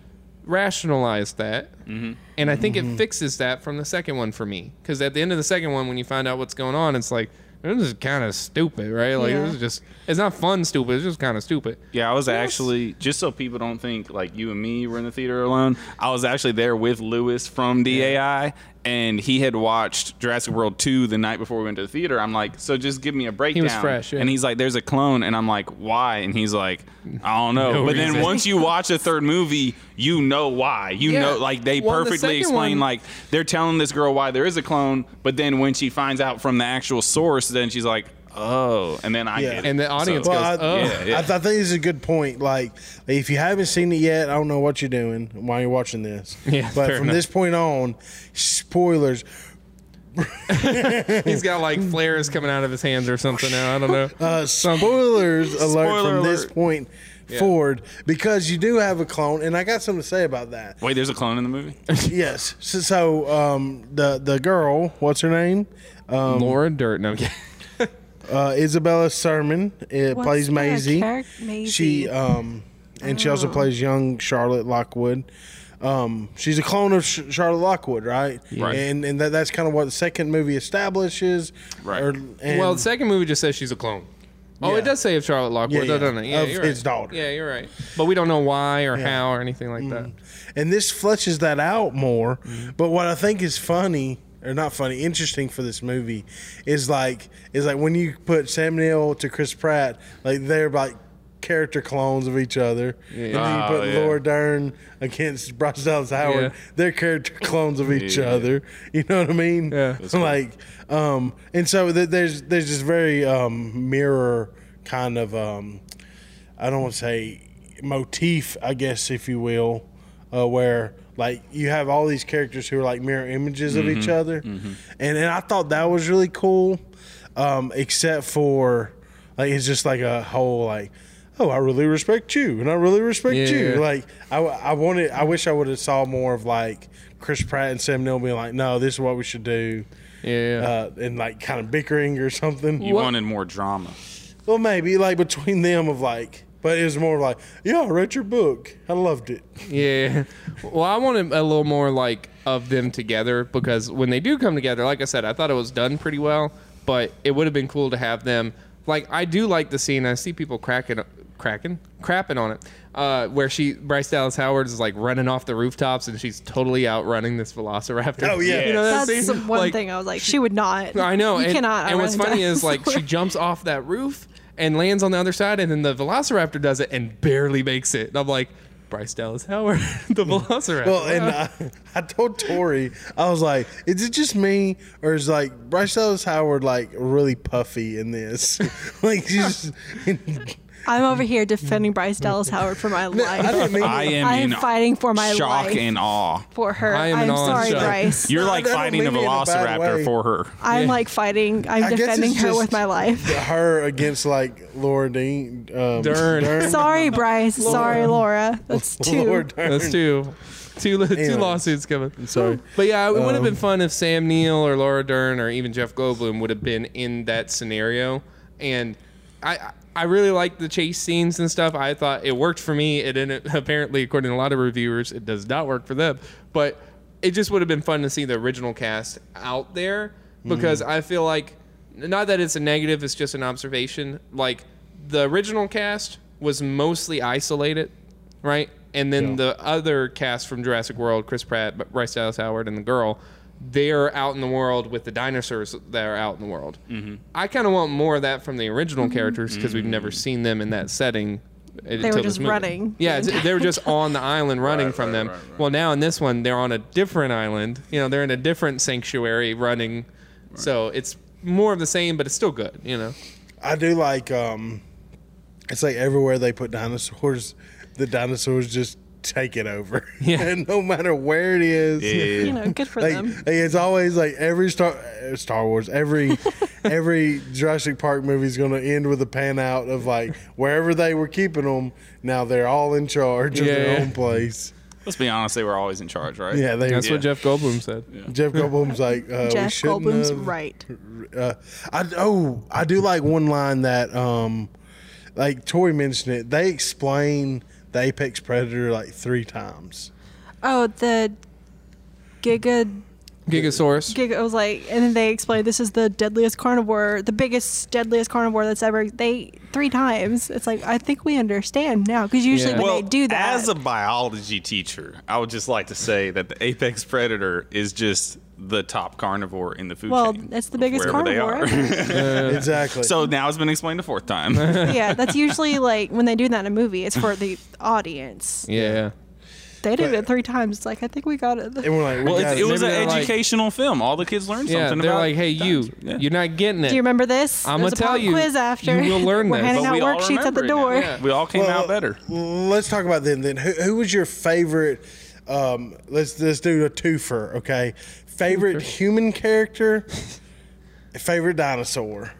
[SPEAKER 3] rationalized that, and I think
[SPEAKER 4] Mm-hmm.
[SPEAKER 3] it fixes that from the second one for me. Because at the end of the second one, when you find out what's going on, it's like this is kind of stupid, right? Like
[SPEAKER 4] Yeah.
[SPEAKER 3] this is just it's not fun stupid. It's just kind of stupid.
[SPEAKER 2] Yeah, I was actually just so people don't think like you and me were in the theater alone. I was actually there with Lewis from DAI, and he had watched Jurassic World 2 the night before we went to the theater. I'm like, so just give me a breakdown.
[SPEAKER 3] fresh, yeah.
[SPEAKER 2] And he's like, there's a clone. And I'm like, why? And he's like, I don't know.
[SPEAKER 3] No
[SPEAKER 2] but
[SPEAKER 3] reason.
[SPEAKER 2] then once you watch a third movie, you know why. You
[SPEAKER 3] Yeah.
[SPEAKER 2] know, like, they
[SPEAKER 3] Well, the
[SPEAKER 2] perfectly
[SPEAKER 3] second
[SPEAKER 2] explain,
[SPEAKER 3] one-
[SPEAKER 2] like, they're telling this girl why there is a clone. But then when she finds out from the actual source, then she's like, oh. And then I
[SPEAKER 1] Yeah.
[SPEAKER 2] get it.
[SPEAKER 3] And the
[SPEAKER 2] So-
[SPEAKER 3] audience
[SPEAKER 1] Well,
[SPEAKER 3] goes,
[SPEAKER 1] I,
[SPEAKER 3] oh.
[SPEAKER 2] Yeah, yeah.
[SPEAKER 1] I, I think this is a good point. Like, if you haven't seen it yet, I don't know what you're doing while you're watching this.
[SPEAKER 3] Yeah,
[SPEAKER 1] but
[SPEAKER 3] fair
[SPEAKER 1] from
[SPEAKER 3] enough.
[SPEAKER 1] this point on, spoilers.
[SPEAKER 3] He's got like flares coming out of his hands or something now. I don't know.
[SPEAKER 1] Uh, spoilers alert
[SPEAKER 2] Spoiler
[SPEAKER 1] from this
[SPEAKER 2] alert.
[SPEAKER 1] point forward because you do have a clone, and I got something to say about that.
[SPEAKER 2] Wait, there's a clone in the movie?
[SPEAKER 1] yes. So, so um, the the girl, what's her name? Um,
[SPEAKER 3] Laura Dirt. No, I'm kidding.
[SPEAKER 1] uh, Isabella Sermon it
[SPEAKER 4] What's
[SPEAKER 1] plays
[SPEAKER 4] the
[SPEAKER 1] Maisie.
[SPEAKER 4] charac- Maisie.
[SPEAKER 1] She um, and she also plays young Charlotte Lockwood. Um, she's a clone of Sh- Charlotte Lockwood, right?
[SPEAKER 2] Right.
[SPEAKER 1] And and that, that's kind of what the second movie establishes. Er,
[SPEAKER 2] Right.
[SPEAKER 1] and-
[SPEAKER 3] well, the second movie just says she's a clone. Oh,
[SPEAKER 1] Yeah.
[SPEAKER 3] it does say of Charlotte Lockwood,
[SPEAKER 1] Yeah, yeah.
[SPEAKER 3] doesn't it? Yeah,
[SPEAKER 1] Of
[SPEAKER 3] you're
[SPEAKER 1] his
[SPEAKER 3] right.
[SPEAKER 1] daughter. Mm.
[SPEAKER 3] Yeah, you're right. But we don't know why or how or anything like that.
[SPEAKER 1] and this fleshes that out more.
[SPEAKER 2] Mm-hmm.
[SPEAKER 1] But what I think is funny or not funny, interesting for this movie is like is like when you put Sam Neill to Chris Pratt, like they're like character clones of each other. And then you
[SPEAKER 2] Oh,
[SPEAKER 1] put
[SPEAKER 2] yeah.
[SPEAKER 1] Laura Dern against Bryce Dallas Howard,
[SPEAKER 3] Yeah.
[SPEAKER 1] they're character clones of each
[SPEAKER 2] Yeah.
[SPEAKER 1] other. You know what I mean?
[SPEAKER 3] Yeah.
[SPEAKER 1] like um and so th- there's there's this very um mirror kind of um I don't want to say motif, I guess, if you will, uh, where like you have all these characters who are like mirror images of
[SPEAKER 3] Mm-hmm.
[SPEAKER 1] each other, and and I thought that was really cool, um, except for like it's just like a whole like. Oh, I really respect you, and I really respect you.
[SPEAKER 3] Yeah.
[SPEAKER 1] Like, I, I wanted, I wish I would have saw more of like Chris Pratt and Sam Neill being like, "No, this is what we should do,"
[SPEAKER 3] Yeah.
[SPEAKER 1] uh, and like kind of bickering or something.
[SPEAKER 2] You
[SPEAKER 3] What-
[SPEAKER 2] wanted more drama.
[SPEAKER 1] Well, maybe like between them of like, but it was more like, yeah, I read your book, I loved it.
[SPEAKER 3] Yeah. Well, I wanted a little more like of them together because when they do come together, like I said, I thought it was done pretty well, but it would have been cool to have them. Like I do like the scene. I see people cracking, cracking, crapping on it, uh, where she Bryce Dallas Howard is like running off the rooftops and she's totally outrunning this Velociraptor.
[SPEAKER 1] Oh, yeah.
[SPEAKER 3] you know that
[SPEAKER 4] That's the
[SPEAKER 3] scene?
[SPEAKER 4] one
[SPEAKER 3] Like,
[SPEAKER 4] thing I was like, she would not.
[SPEAKER 3] I know.
[SPEAKER 4] You
[SPEAKER 3] and,
[SPEAKER 4] cannot.
[SPEAKER 3] And what's
[SPEAKER 4] outrun a
[SPEAKER 3] funny is like she
[SPEAKER 4] dinosaur.
[SPEAKER 3] jumps off that roof and lands on the other side, and then the Velociraptor does it and barely makes it. And I'm like, Bryce Dallas Howard, the Velociraptor.
[SPEAKER 1] Hmm. Well, and I, I told Tori, I was like, is it just me or is like Bryce Dallas Howard like really puffy in this? like she's,
[SPEAKER 4] I'm over here defending Bryce Dallas Howard for my life.
[SPEAKER 1] I didn't mean.
[SPEAKER 2] I am
[SPEAKER 4] I am
[SPEAKER 2] in
[SPEAKER 4] fighting for my
[SPEAKER 2] shock
[SPEAKER 4] life.
[SPEAKER 2] and awe.
[SPEAKER 4] for her.
[SPEAKER 3] I am in
[SPEAKER 4] I'm
[SPEAKER 3] awe and
[SPEAKER 4] sorry,
[SPEAKER 3] shock.
[SPEAKER 4] Bryce.
[SPEAKER 2] You're
[SPEAKER 1] No,
[SPEAKER 2] like
[SPEAKER 1] I don't
[SPEAKER 2] fighting a
[SPEAKER 1] mean it in a bad
[SPEAKER 2] velociraptor
[SPEAKER 1] way.
[SPEAKER 2] for her.
[SPEAKER 4] I'm like fighting. I'm
[SPEAKER 1] I guess
[SPEAKER 4] defending
[SPEAKER 1] it's
[SPEAKER 4] her
[SPEAKER 1] just-
[SPEAKER 4] with my life.
[SPEAKER 1] her against like Laura Dean um,
[SPEAKER 3] Dern.
[SPEAKER 4] Sorry, Bryce. Sorry, Laura. That's two.
[SPEAKER 1] Laura Dern.
[SPEAKER 3] That's two. Two,
[SPEAKER 1] Anyway.
[SPEAKER 3] two lawsuits coming.
[SPEAKER 1] sorry.
[SPEAKER 3] But yeah, it would have been fun if Sam Neill or Laura Dern or even Jeff Goldblum would have been in that scenario. And I I really liked the chase scenes and stuff. I thought it worked for me. It didn't apparently, according to a lot of reviewers, it does not work for them. But it just would have been fun to see the original cast out there because I feel like not that it's a negative, it's just an observation. Like the original cast was mostly isolated right? And then the other cast from Jurassic World, Chris Pratt, B- Bryce Dallas Howard, and the girl, they're out in the world with the dinosaurs that are out in the world. I kind of want more of that from the original characters because we've never seen them in that setting. They
[SPEAKER 4] just running the
[SPEAKER 3] Yeah, it's, they were just on the island running from them. Well, now in this one, they're on a different island. You know, they're in a different sanctuary running. So it's more of the same, but it's still good. You know,
[SPEAKER 1] I do like um it's like everywhere they put dinosaurs, the dinosaurs just take it over.
[SPEAKER 3] Yeah.
[SPEAKER 1] and no matter where it is.
[SPEAKER 4] You know, good for
[SPEAKER 1] Like,
[SPEAKER 4] them.
[SPEAKER 1] like, it's always like every Star uh, Star Wars, every every Jurassic Park movie is going to end with a pan out of like wherever they were keeping them. Now they're all in charge of
[SPEAKER 3] Yeah,
[SPEAKER 1] their
[SPEAKER 3] yeah.
[SPEAKER 1] own place.
[SPEAKER 2] Let's be honest, they were always in charge, right?
[SPEAKER 1] Yeah, they.
[SPEAKER 3] that's what
[SPEAKER 2] Yeah.
[SPEAKER 3] Jeff Goldblum said.
[SPEAKER 1] Jeff Goldblum's like uh, we
[SPEAKER 4] Jeff
[SPEAKER 1] shouldn't
[SPEAKER 4] Goldblum's
[SPEAKER 1] have-
[SPEAKER 4] right.
[SPEAKER 1] uh, I oh I do like one line that um like Tori mentioned it. They explain the apex predator like three times.
[SPEAKER 4] Oh, the Giga.
[SPEAKER 3] Gigasaurus.
[SPEAKER 4] Giga I was like, and then they explained this is the deadliest carnivore, the biggest, deadliest carnivore that's ever. They three times. It's like I think we understand now because usually
[SPEAKER 3] Yeah.
[SPEAKER 4] when
[SPEAKER 2] well,
[SPEAKER 4] they do that,
[SPEAKER 2] as a biology teacher, I would just like to say that the apex predator is just the top carnivore in the food
[SPEAKER 4] Well,
[SPEAKER 2] chain.
[SPEAKER 4] it's the
[SPEAKER 2] of
[SPEAKER 4] biggest
[SPEAKER 2] wherever
[SPEAKER 4] carnivore.
[SPEAKER 2] They are.
[SPEAKER 1] exactly.
[SPEAKER 2] so now it's been explained a fourth time.
[SPEAKER 4] yeah, that's usually like when they do that in a movie, it's for the audience.
[SPEAKER 3] Yeah.
[SPEAKER 4] They did
[SPEAKER 1] But-
[SPEAKER 4] it three times. It's like, I think we got it.
[SPEAKER 1] and we're like, we
[SPEAKER 2] well,
[SPEAKER 1] got
[SPEAKER 2] it, it was
[SPEAKER 3] Maybe
[SPEAKER 2] an
[SPEAKER 3] they're like-
[SPEAKER 2] educational film. All the kids learned
[SPEAKER 3] Yeah.
[SPEAKER 2] something
[SPEAKER 3] They're
[SPEAKER 2] about
[SPEAKER 3] like, hey, you,
[SPEAKER 2] Yeah.
[SPEAKER 3] you're not getting it.
[SPEAKER 4] do you remember this?
[SPEAKER 3] I'ma
[SPEAKER 4] There's a
[SPEAKER 3] tell
[SPEAKER 4] pop
[SPEAKER 3] you,
[SPEAKER 4] quiz after.
[SPEAKER 3] you will learn
[SPEAKER 4] We're
[SPEAKER 3] this.
[SPEAKER 4] handing
[SPEAKER 3] But
[SPEAKER 4] out
[SPEAKER 2] we all
[SPEAKER 4] worksheets at
[SPEAKER 2] remember
[SPEAKER 4] the
[SPEAKER 2] it now.
[SPEAKER 4] door.
[SPEAKER 3] Yeah.
[SPEAKER 2] We all came
[SPEAKER 1] Well,
[SPEAKER 2] out better.
[SPEAKER 1] Let's talk about them then. Who, who was your favorite? Um, let's let's do a twofer, okay? Favorite human character, favorite dinosaur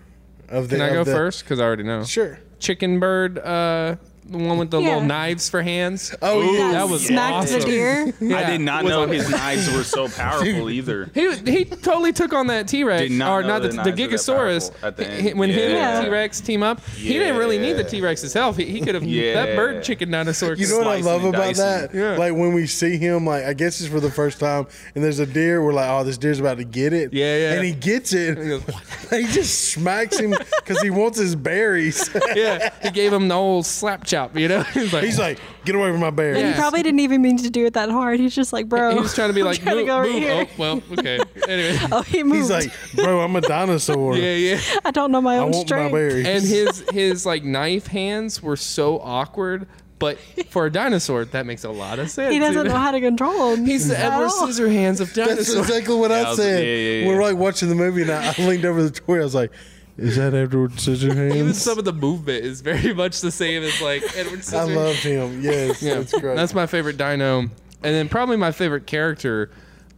[SPEAKER 1] of the.
[SPEAKER 3] Can I
[SPEAKER 1] of
[SPEAKER 3] go
[SPEAKER 1] the-
[SPEAKER 3] first? Because I already know.
[SPEAKER 1] Sure.
[SPEAKER 3] Chicken bird, uh, the one with the little
[SPEAKER 4] Yeah.
[SPEAKER 3] knives for hands.
[SPEAKER 1] Oh yeah.
[SPEAKER 4] That,
[SPEAKER 3] That was
[SPEAKER 4] smacked the
[SPEAKER 3] awesome.
[SPEAKER 4] deer.
[SPEAKER 2] I did not
[SPEAKER 3] Was
[SPEAKER 2] know
[SPEAKER 3] on-
[SPEAKER 2] his knives were so powerful either.
[SPEAKER 3] He, he totally took on that T Rex,
[SPEAKER 2] Did not
[SPEAKER 3] or
[SPEAKER 2] know
[SPEAKER 3] not
[SPEAKER 2] the
[SPEAKER 3] the, the
[SPEAKER 2] knives were that
[SPEAKER 3] Gigasaurus.
[SPEAKER 2] powerful at the
[SPEAKER 3] He- he-
[SPEAKER 2] end.
[SPEAKER 3] when him and
[SPEAKER 2] Yeah.
[SPEAKER 3] T Rex team up, he didn't really need the
[SPEAKER 2] Yeah.
[SPEAKER 3] T Rex's help. He, he could have that
[SPEAKER 2] Yeah.
[SPEAKER 3] bird chicken dinosaur.
[SPEAKER 1] You know what I
[SPEAKER 2] Slicing
[SPEAKER 1] love
[SPEAKER 2] and
[SPEAKER 1] about
[SPEAKER 2] dicing.
[SPEAKER 1] that?
[SPEAKER 3] Yeah.
[SPEAKER 1] Like when we see him, like I guess it's for the first time, and there's a deer. We're like, oh, this deer's about to get it.
[SPEAKER 3] Yeah, yeah.
[SPEAKER 1] And he gets it.
[SPEAKER 3] goes,
[SPEAKER 1] he just smacks him because he wants his berries.
[SPEAKER 3] yeah, he gave him the old slap chop. You know, he's like,
[SPEAKER 1] He's like, get away from my berries.
[SPEAKER 4] He
[SPEAKER 3] Yeah.
[SPEAKER 4] probably didn't even mean to do it that hard. He's just like, bro.
[SPEAKER 3] he was trying to be
[SPEAKER 4] I'm
[SPEAKER 3] like,
[SPEAKER 4] trying to
[SPEAKER 3] move,
[SPEAKER 4] go right
[SPEAKER 3] move.
[SPEAKER 4] here.
[SPEAKER 3] Oh, well, okay. Anyway,
[SPEAKER 4] Oh, he moved.
[SPEAKER 1] He's like, bro, I'm a dinosaur.
[SPEAKER 3] yeah, yeah.
[SPEAKER 4] I don't know my
[SPEAKER 1] I
[SPEAKER 4] own
[SPEAKER 1] want my
[SPEAKER 4] strength.
[SPEAKER 1] berries.
[SPEAKER 3] And his his like knife hands were so awkward, but for a dinosaur, that makes a lot of sense.
[SPEAKER 4] he
[SPEAKER 3] you
[SPEAKER 4] doesn't
[SPEAKER 3] know?
[SPEAKER 4] know how to control him.
[SPEAKER 3] He's the
[SPEAKER 4] at
[SPEAKER 3] Edward
[SPEAKER 4] all.
[SPEAKER 3] Scissorhands of
[SPEAKER 1] That's
[SPEAKER 3] dinosaurs.
[SPEAKER 1] exactly what
[SPEAKER 2] Yeah, I
[SPEAKER 1] I
[SPEAKER 2] was-
[SPEAKER 1] said.
[SPEAKER 2] yeah, yeah, yeah.
[SPEAKER 1] We're like watching the movie, and I, I leaned over the toy. I was like, "Is that Edward
[SPEAKER 3] Even
[SPEAKER 1] Scissorhands?"
[SPEAKER 3] some of the movement is very much the same as like Edward
[SPEAKER 1] I
[SPEAKER 3] Scissorhands.
[SPEAKER 1] loved him. Yes,
[SPEAKER 3] Yeah,
[SPEAKER 1] that's great.
[SPEAKER 3] my favorite dino. And then probably my favorite character,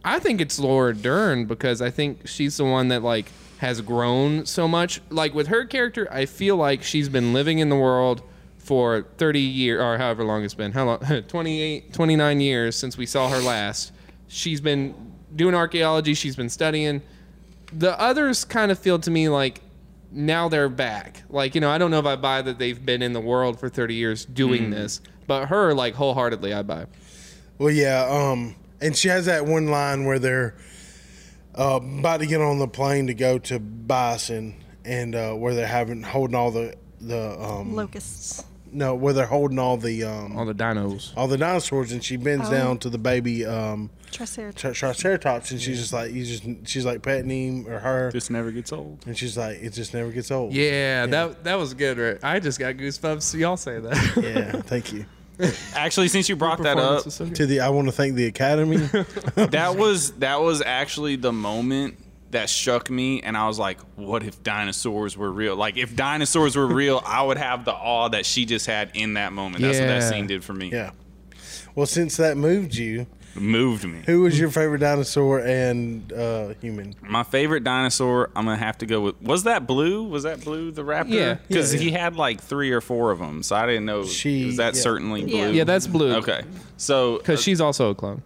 [SPEAKER 3] I think it's Laura Dern because I think she's the one that like has grown so much. Like with her character, I feel like she's been living in the world for 30 years or however long it's been. How long? 28, 29 years since we saw her last. She's been doing archaeology, she's been studying. The others kind of feel to me like now they're back. Like, you know, I don't know if I buy that they've been in the world for 30 years doing this, but her, like, wholeheartedly, I buy.
[SPEAKER 1] well, yeah. Um, and she has that one line where they're uh, about to get on the plane to go to Bison, and uh, where they're having holding all the the um
[SPEAKER 4] Locusts.
[SPEAKER 1] no, where they're holding all the um
[SPEAKER 3] All the dinos.
[SPEAKER 1] all the dinosaurs, and she bends down to the baby um
[SPEAKER 4] Triceratops.
[SPEAKER 1] tri- Triceratops, and she's just like, you just she's like petting him or her,
[SPEAKER 2] This never gets old.
[SPEAKER 1] and she's like, it just never gets old.
[SPEAKER 3] Yeah, that that was good. Right? I just got goosebumps. Y'all say that.
[SPEAKER 1] Yeah, thank you.
[SPEAKER 2] Actually, since you brought that up,
[SPEAKER 1] To the I want to thank the Academy.
[SPEAKER 2] that was that was actually the moment that shook me and I was like, what if dinosaurs were real? Like if dinosaurs were real, I would have the awe that she just had in that moment. That's what
[SPEAKER 3] Yeah.
[SPEAKER 2] that scene did for me.
[SPEAKER 1] yeah. Well, since that moved you,
[SPEAKER 2] Moved me.
[SPEAKER 1] who was your favorite dinosaur and uh, human?
[SPEAKER 2] My favorite dinosaur, I'm gonna have to go with. Was that Blue? Was that Blue the raptor?
[SPEAKER 3] Yeah.
[SPEAKER 2] because he had like three or four of them, so I didn't know.
[SPEAKER 1] She-
[SPEAKER 2] was that
[SPEAKER 1] yeah.
[SPEAKER 2] certainly Blue?
[SPEAKER 4] Yeah.
[SPEAKER 3] yeah, that's blue.
[SPEAKER 2] okay. So
[SPEAKER 3] Because
[SPEAKER 2] uh,
[SPEAKER 3] she's also a clone.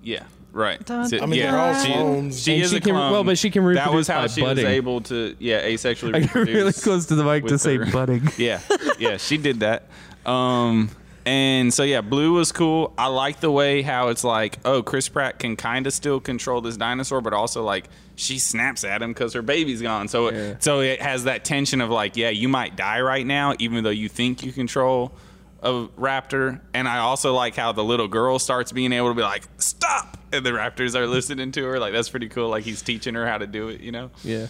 [SPEAKER 2] yeah, right.
[SPEAKER 4] Dun,
[SPEAKER 2] So-
[SPEAKER 4] I
[SPEAKER 1] mean,
[SPEAKER 2] yeah,
[SPEAKER 1] they're all
[SPEAKER 2] she,
[SPEAKER 1] clones.
[SPEAKER 2] she
[SPEAKER 3] And
[SPEAKER 2] is
[SPEAKER 3] she
[SPEAKER 2] a
[SPEAKER 3] can-
[SPEAKER 2] clone.
[SPEAKER 3] well, but she can
[SPEAKER 2] That was
[SPEAKER 3] reproduce
[SPEAKER 2] how
[SPEAKER 3] by
[SPEAKER 2] she
[SPEAKER 3] budding.
[SPEAKER 2] was able to yeah asexually.
[SPEAKER 3] I got really
[SPEAKER 2] reproduce.
[SPEAKER 3] close to the mic to
[SPEAKER 2] with
[SPEAKER 3] say
[SPEAKER 2] her.
[SPEAKER 3] budding.
[SPEAKER 2] yeah, yeah, she did that. Um, and so yeah, blue was cool. I like the way how it's like, oh, Chris Pratt can kind of still control this dinosaur, but also like she snaps at him because her baby's gone. So
[SPEAKER 3] Yeah.
[SPEAKER 2] it, so it has that tension of like, yeah, you might die right now, even though you think you control a raptor. And I also like how the little girl starts being able to be like, stop, and the raptors are listening to her. Like that's pretty cool. Like he's teaching her how to do it, you know?
[SPEAKER 3] Yeah.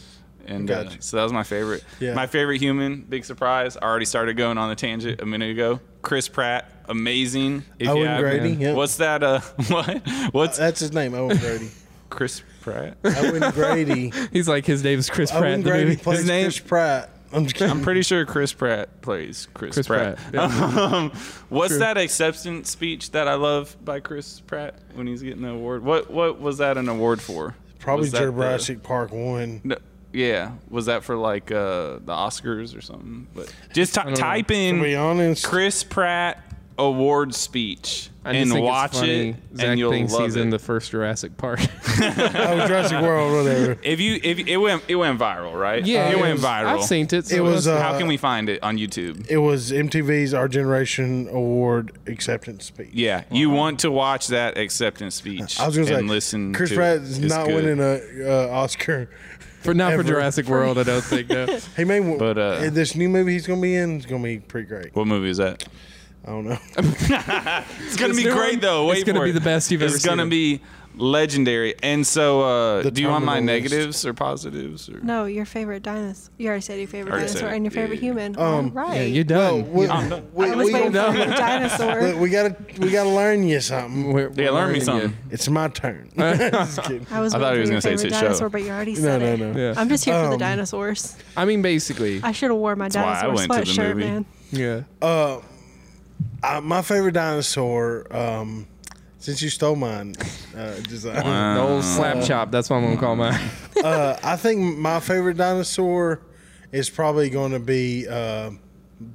[SPEAKER 2] And uh,
[SPEAKER 1] Gotcha.
[SPEAKER 2] so that was my favorite.
[SPEAKER 1] Yeah.
[SPEAKER 2] My favorite human, big surprise. I already started going on the tangent a minute ago. Chris Pratt, amazing. If
[SPEAKER 1] Owen
[SPEAKER 2] have-
[SPEAKER 1] Grady, yeah. Uh,
[SPEAKER 2] What's that? Uh, what? What's
[SPEAKER 1] That's his name, Owen Grady.
[SPEAKER 2] Chris Pratt?
[SPEAKER 1] Owen Grady.
[SPEAKER 3] He's like, his name's Chris Pratt.
[SPEAKER 1] Owen
[SPEAKER 3] in the
[SPEAKER 1] Grady
[SPEAKER 3] movie.
[SPEAKER 1] plays
[SPEAKER 2] His name-
[SPEAKER 1] Chris Pratt. I'm just kidding.
[SPEAKER 2] I'm pretty sure Chris Pratt plays Chris,
[SPEAKER 3] Chris
[SPEAKER 2] Pratt.
[SPEAKER 3] Pratt,
[SPEAKER 2] Um, what's
[SPEAKER 3] True.
[SPEAKER 2] that acceptance speech that I love by Chris Pratt when he's getting the award? What What was that an award for?
[SPEAKER 1] Probably
[SPEAKER 2] Was that the-
[SPEAKER 1] Jurassic Park one.
[SPEAKER 2] No, yeah, was that for like uh, the Oscars or something? But just ty-
[SPEAKER 3] don't know.
[SPEAKER 2] type in
[SPEAKER 1] To be honest,
[SPEAKER 2] Chris Pratt award speech
[SPEAKER 3] I just
[SPEAKER 2] and
[SPEAKER 3] think it's
[SPEAKER 2] watch
[SPEAKER 3] funny.
[SPEAKER 2] it,
[SPEAKER 3] Zach
[SPEAKER 2] and you'll
[SPEAKER 3] thinks
[SPEAKER 2] love
[SPEAKER 3] he's
[SPEAKER 2] it.
[SPEAKER 3] in the first Jurassic Park.
[SPEAKER 1] oh, Jurassic World, whatever.
[SPEAKER 2] if you if it went it went viral, right?
[SPEAKER 3] yeah,
[SPEAKER 2] it,
[SPEAKER 3] it
[SPEAKER 2] went
[SPEAKER 3] was-
[SPEAKER 2] viral.
[SPEAKER 3] I've seen it. So
[SPEAKER 1] It was, uh,
[SPEAKER 2] How can we find it on YouTube?
[SPEAKER 1] It was MTV's Our Generation Award acceptance speech.
[SPEAKER 2] Yeah, you want to watch that acceptance speech?
[SPEAKER 1] I was gonna
[SPEAKER 2] and
[SPEAKER 1] say,
[SPEAKER 2] listen.
[SPEAKER 1] Chris
[SPEAKER 2] to it.
[SPEAKER 1] Pratt is
[SPEAKER 2] It's
[SPEAKER 1] not
[SPEAKER 2] good.
[SPEAKER 1] winning a uh, Oscar.
[SPEAKER 3] for not
[SPEAKER 1] ever-
[SPEAKER 3] for Jurassic World. I don't think. No.
[SPEAKER 1] He may, eh, but
[SPEAKER 2] But, uh,
[SPEAKER 1] this new movie he's gonna be in is gonna be pretty great.
[SPEAKER 2] What movie is that?
[SPEAKER 1] I don't know.
[SPEAKER 2] It's gonna
[SPEAKER 3] This
[SPEAKER 2] be
[SPEAKER 3] new
[SPEAKER 2] great
[SPEAKER 3] one,
[SPEAKER 2] though. Wait
[SPEAKER 3] it's gonna
[SPEAKER 2] for
[SPEAKER 3] be
[SPEAKER 2] it.
[SPEAKER 3] the best you've
[SPEAKER 2] it's
[SPEAKER 3] ever
[SPEAKER 2] It's gonna
[SPEAKER 3] seen.
[SPEAKER 2] be legendary. And so, uh,
[SPEAKER 1] The
[SPEAKER 2] do you want my
[SPEAKER 1] terminal list.
[SPEAKER 2] negatives or positives? Or?
[SPEAKER 4] No, your favorite dinosaur. You already said your favorite
[SPEAKER 2] Already said
[SPEAKER 4] dinosaur
[SPEAKER 2] it.
[SPEAKER 4] and your
[SPEAKER 2] Yeah,
[SPEAKER 4] favorite
[SPEAKER 2] yeah, yeah.
[SPEAKER 4] human.
[SPEAKER 1] Um,
[SPEAKER 4] All right.
[SPEAKER 3] Yeah, you're done.
[SPEAKER 1] we, we,
[SPEAKER 4] I was
[SPEAKER 1] we,
[SPEAKER 4] waiting
[SPEAKER 1] we,
[SPEAKER 4] for the dinosaur.
[SPEAKER 1] gotta we gotta learn you something.
[SPEAKER 3] We're-
[SPEAKER 2] Yeah,
[SPEAKER 3] we're
[SPEAKER 2] learn me
[SPEAKER 3] learning
[SPEAKER 2] something.
[SPEAKER 1] It's my turn. Just kidding.
[SPEAKER 4] I was
[SPEAKER 2] I
[SPEAKER 4] waiting
[SPEAKER 2] thought
[SPEAKER 4] for
[SPEAKER 2] he was
[SPEAKER 4] your
[SPEAKER 2] gonna say it's
[SPEAKER 4] favorite
[SPEAKER 2] his show.
[SPEAKER 4] dinosaur, but you already
[SPEAKER 1] No,
[SPEAKER 4] said
[SPEAKER 1] no,
[SPEAKER 4] it.
[SPEAKER 3] it.
[SPEAKER 1] no.
[SPEAKER 3] Yeah.
[SPEAKER 4] I'm just here for the
[SPEAKER 1] Um,
[SPEAKER 4] dinosaurs.
[SPEAKER 3] I mean, basically. Oh,
[SPEAKER 4] I should have worn my
[SPEAKER 2] why I
[SPEAKER 4] dinosaur
[SPEAKER 2] went to the
[SPEAKER 4] sweatshirt,
[SPEAKER 2] movie.
[SPEAKER 4] man.
[SPEAKER 3] Yeah.
[SPEAKER 1] I, my favorite dinosaur. Um, since you stole mine, uh, design.
[SPEAKER 3] the old slap chop. That's what I'm gonna call mine.
[SPEAKER 1] Uh, I think my favorite dinosaur is probably going to be uh,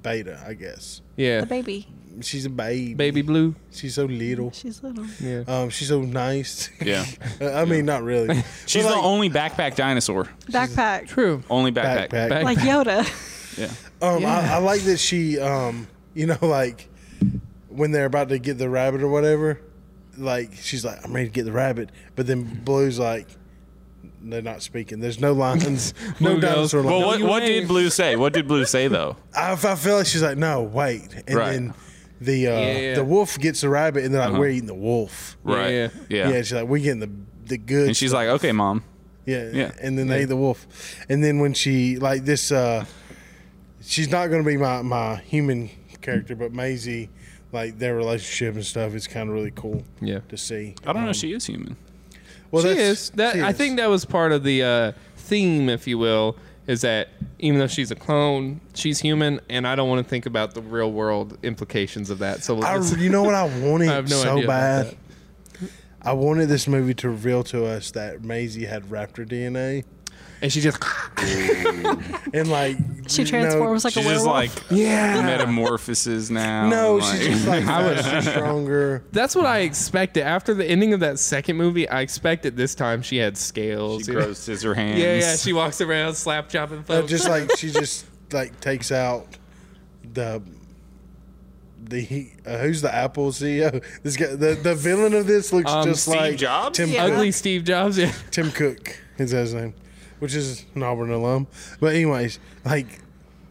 [SPEAKER 1] Beta. I guess
[SPEAKER 3] Yeah.
[SPEAKER 4] The baby.
[SPEAKER 1] she's a baby.
[SPEAKER 3] Baby blue.
[SPEAKER 1] She's so little.
[SPEAKER 4] She's little.
[SPEAKER 3] Yeah.
[SPEAKER 1] Um, she's so nice.
[SPEAKER 2] Yeah.
[SPEAKER 1] I mean, not really.
[SPEAKER 2] She's
[SPEAKER 1] But,
[SPEAKER 2] the
[SPEAKER 1] like,
[SPEAKER 2] only backpack dinosaur.
[SPEAKER 4] Backpack.
[SPEAKER 3] True.
[SPEAKER 2] Only backpack.
[SPEAKER 1] backpack.
[SPEAKER 3] Back-
[SPEAKER 4] Like Yoda.
[SPEAKER 2] Yeah.
[SPEAKER 1] Um,
[SPEAKER 3] Yeah.
[SPEAKER 1] I, I like that she, um, you know, like when they're about to get the rabbit or whatever, like she's like, "I'm ready to get the rabbit," but then Blue's like, "They're not speaking. There's no lines, no
[SPEAKER 3] Blue goes,
[SPEAKER 1] dinosaur lines."
[SPEAKER 2] Well,
[SPEAKER 3] No,
[SPEAKER 2] what,
[SPEAKER 3] you
[SPEAKER 2] what did
[SPEAKER 3] ain't.
[SPEAKER 2] Blue say? What did Blue say though?
[SPEAKER 1] I, I feel like she's like, "No, wait," and
[SPEAKER 2] Right.
[SPEAKER 1] then the uh,
[SPEAKER 3] Yeah, yeah.
[SPEAKER 1] the wolf gets the rabbit, and they're like, "We're eating the wolf."
[SPEAKER 2] Right.
[SPEAKER 3] yeah.
[SPEAKER 2] Yeah.
[SPEAKER 1] Yeah, she's like, "We're getting the the good."
[SPEAKER 2] and she's
[SPEAKER 1] stuff."
[SPEAKER 2] like, okay, mom.
[SPEAKER 1] Yeah.
[SPEAKER 2] Yeah.
[SPEAKER 1] And then they eat the wolf. And then when she like this uh she's not gonna be my, my human character, but Maisie, like their relationship and stuff is kinda really cool
[SPEAKER 3] Yeah.
[SPEAKER 1] to see.
[SPEAKER 2] I don't know. if She is human.
[SPEAKER 1] Well
[SPEAKER 3] Oh, She
[SPEAKER 1] that's-
[SPEAKER 3] is. That
[SPEAKER 1] she
[SPEAKER 3] I
[SPEAKER 1] is.
[SPEAKER 3] think that was part of the uh, theme, if you will, is that even though she's a clone, she's human, and I don't want to think about the real world implications of that. So
[SPEAKER 1] I,
[SPEAKER 3] let's-
[SPEAKER 1] you know what I wanted
[SPEAKER 3] I have no
[SPEAKER 1] so
[SPEAKER 3] idea about
[SPEAKER 1] bad. I wanted this movie to reveal to us that Maisie had raptor DNA.
[SPEAKER 3] and she just
[SPEAKER 1] And like
[SPEAKER 4] She
[SPEAKER 1] you know,
[SPEAKER 4] transforms like a
[SPEAKER 2] She's just
[SPEAKER 4] werewolf.
[SPEAKER 2] like
[SPEAKER 1] Yeah.
[SPEAKER 2] metamorphoses now.
[SPEAKER 1] No,
[SPEAKER 3] Oh
[SPEAKER 2] and,
[SPEAKER 1] she's just like faster, stronger.
[SPEAKER 3] that's what I expected after the ending of that second movie. I expected this time she had scales.
[SPEAKER 2] she
[SPEAKER 3] you know?
[SPEAKER 2] grows scissor hands.
[SPEAKER 3] yeah, yeah. She walks around slap chopping
[SPEAKER 1] Uh,
[SPEAKER 3] folks.
[SPEAKER 1] just like she just like takes out the the uh, who's the Apple CEO? This guy, the the villain of this looks
[SPEAKER 3] Um,
[SPEAKER 1] just
[SPEAKER 2] Steve
[SPEAKER 1] like
[SPEAKER 2] Jobs?
[SPEAKER 1] Tim
[SPEAKER 4] Yeah.
[SPEAKER 3] ugly Steve Jobs. Yeah.
[SPEAKER 1] Cook. Tim Cook is his name, which is an Auburn alum. But anyways, like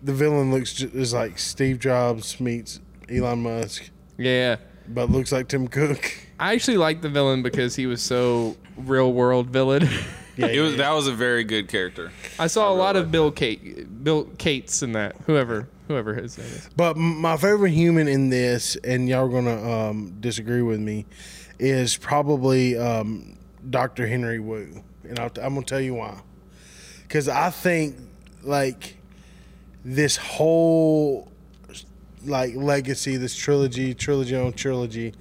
[SPEAKER 1] the villain looks ju- is like Steve Jobs meets Elon Musk,
[SPEAKER 3] yeah.
[SPEAKER 1] but looks like Tim Cook.
[SPEAKER 3] I actually liked the villain because he was so real world villain.
[SPEAKER 1] Yeah,
[SPEAKER 2] It was that was a very good character.
[SPEAKER 3] I saw a
[SPEAKER 2] really
[SPEAKER 3] lot
[SPEAKER 2] like
[SPEAKER 3] of Bill Kate, Bill Cates in that. Whoever, whoever his name is.
[SPEAKER 1] But m- my favorite human in this, and y'all are gonna um, disagree with me, is probably um, Dr. Henry Wu, and I'll t- I'm gonna tell you why. Because I think like this whole like legacy, this trilogy, trilogy on trilogy,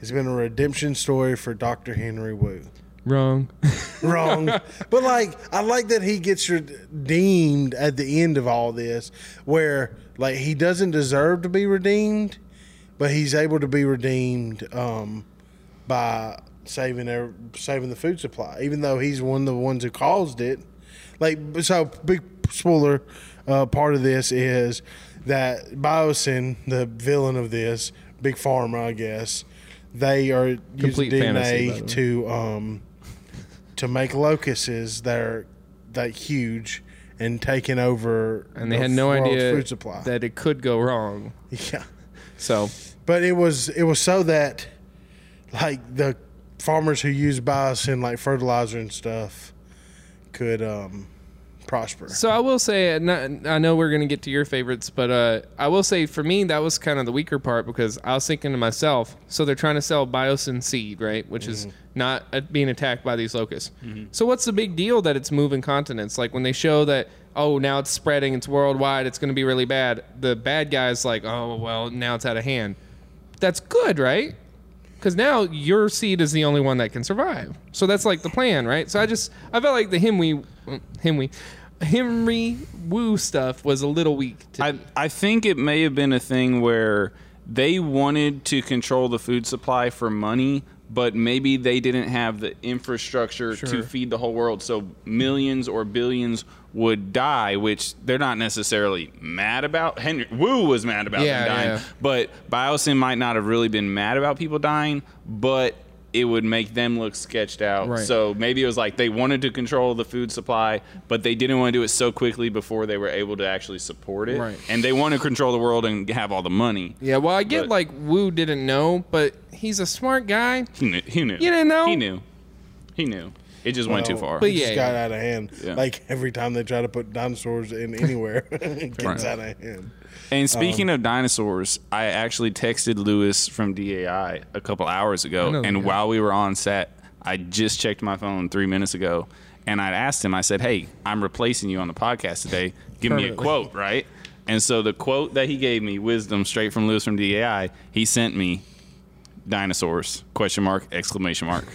[SPEAKER 1] has been a redemption story for Dr. Henry Wu.
[SPEAKER 3] Wrong.
[SPEAKER 1] Wrong, but like I like that he gets redeemed at the end of all this, where like he doesn't deserve to be redeemed, but he's able to be redeemed um, by saving their, saving the food supply, even though he's one of the ones who caused it. Like so, big spoiler uh, part of this is that Biosyn, the villain of this, Big Pharma, I guess, they are
[SPEAKER 3] Complete
[SPEAKER 1] using
[SPEAKER 3] fantasy, by the way.
[SPEAKER 1] DNA to um, to make locusts that are that huge. And taking over,
[SPEAKER 3] And they
[SPEAKER 1] the
[SPEAKER 3] had no
[SPEAKER 1] world's
[SPEAKER 3] idea
[SPEAKER 1] food supply.
[SPEAKER 3] that it could go wrong.
[SPEAKER 1] yeah,
[SPEAKER 3] So
[SPEAKER 1] but it was it was so that like the farmers who use biosin like fertilizer and stuff could um prosper.
[SPEAKER 3] So I will say, uh, not, I know we're going to get to your favorites, but uh, I will say for me, that was kind of the weaker part because I was thinking to myself, so they're trying to sell biosin seed, right? Which is not uh, being attacked by these locusts. So what's the big deal that it's moving continents? Like when they show that, oh, now it's spreading, it's worldwide, it's going to be really bad, the bad guy's like, oh, well, now it's out of hand. That's good, right? Because now your seed is the only one that can survive. So that's like the plan, right? So I just I felt like the Himwe, Himwe, Henry Woo stuff was a little weak. To
[SPEAKER 2] I I think it may have been a thing where they wanted to control the food supply for money, but maybe they didn't have the infrastructure
[SPEAKER 3] Sure.
[SPEAKER 2] to feed the whole world. So millions or billions would die, which they're not necessarily mad about. Henry Wu was mad about
[SPEAKER 3] Yeah,
[SPEAKER 2] them dying,
[SPEAKER 3] yeah.
[SPEAKER 2] but Biosyn might not have really been mad about people dying, but it would make them look sketched out.
[SPEAKER 3] Right.
[SPEAKER 2] So maybe it was like they wanted to control the food supply, but they didn't want to do it so quickly before they were able to actually support it.
[SPEAKER 3] Right.
[SPEAKER 2] And they want to control the world and have all the money.
[SPEAKER 3] Yeah, well, I get
[SPEAKER 2] But-
[SPEAKER 3] like Wu didn't know, but he's a smart guy.
[SPEAKER 2] He knew. He knew.
[SPEAKER 3] You didn't know?
[SPEAKER 2] He knew. He knew. It just went too
[SPEAKER 1] Well,
[SPEAKER 2] far.
[SPEAKER 3] But
[SPEAKER 1] It just
[SPEAKER 3] yeah,
[SPEAKER 1] got
[SPEAKER 3] yeah.
[SPEAKER 1] out of hand.
[SPEAKER 2] Yeah.
[SPEAKER 1] Like every time they try to put dinosaurs in anywhere, it gets
[SPEAKER 2] Right.
[SPEAKER 1] out of hand.
[SPEAKER 3] um,
[SPEAKER 2] And speaking of dinosaurs, I actually texted Lewis from DAI a couple hours
[SPEAKER 3] I know
[SPEAKER 2] ago,
[SPEAKER 3] the
[SPEAKER 2] and
[SPEAKER 3] guy.
[SPEAKER 2] while we were on set, I just checked my phone three minutes ago, and I asked him. I said, "Hey, I'm replacing you on the podcast today. Give me a
[SPEAKER 3] Permanently.
[SPEAKER 2] quote, right?" And so the quote that he gave me, wisdom straight from Lewis from DAI, he sent me dinosaurs question mark exclamation mark.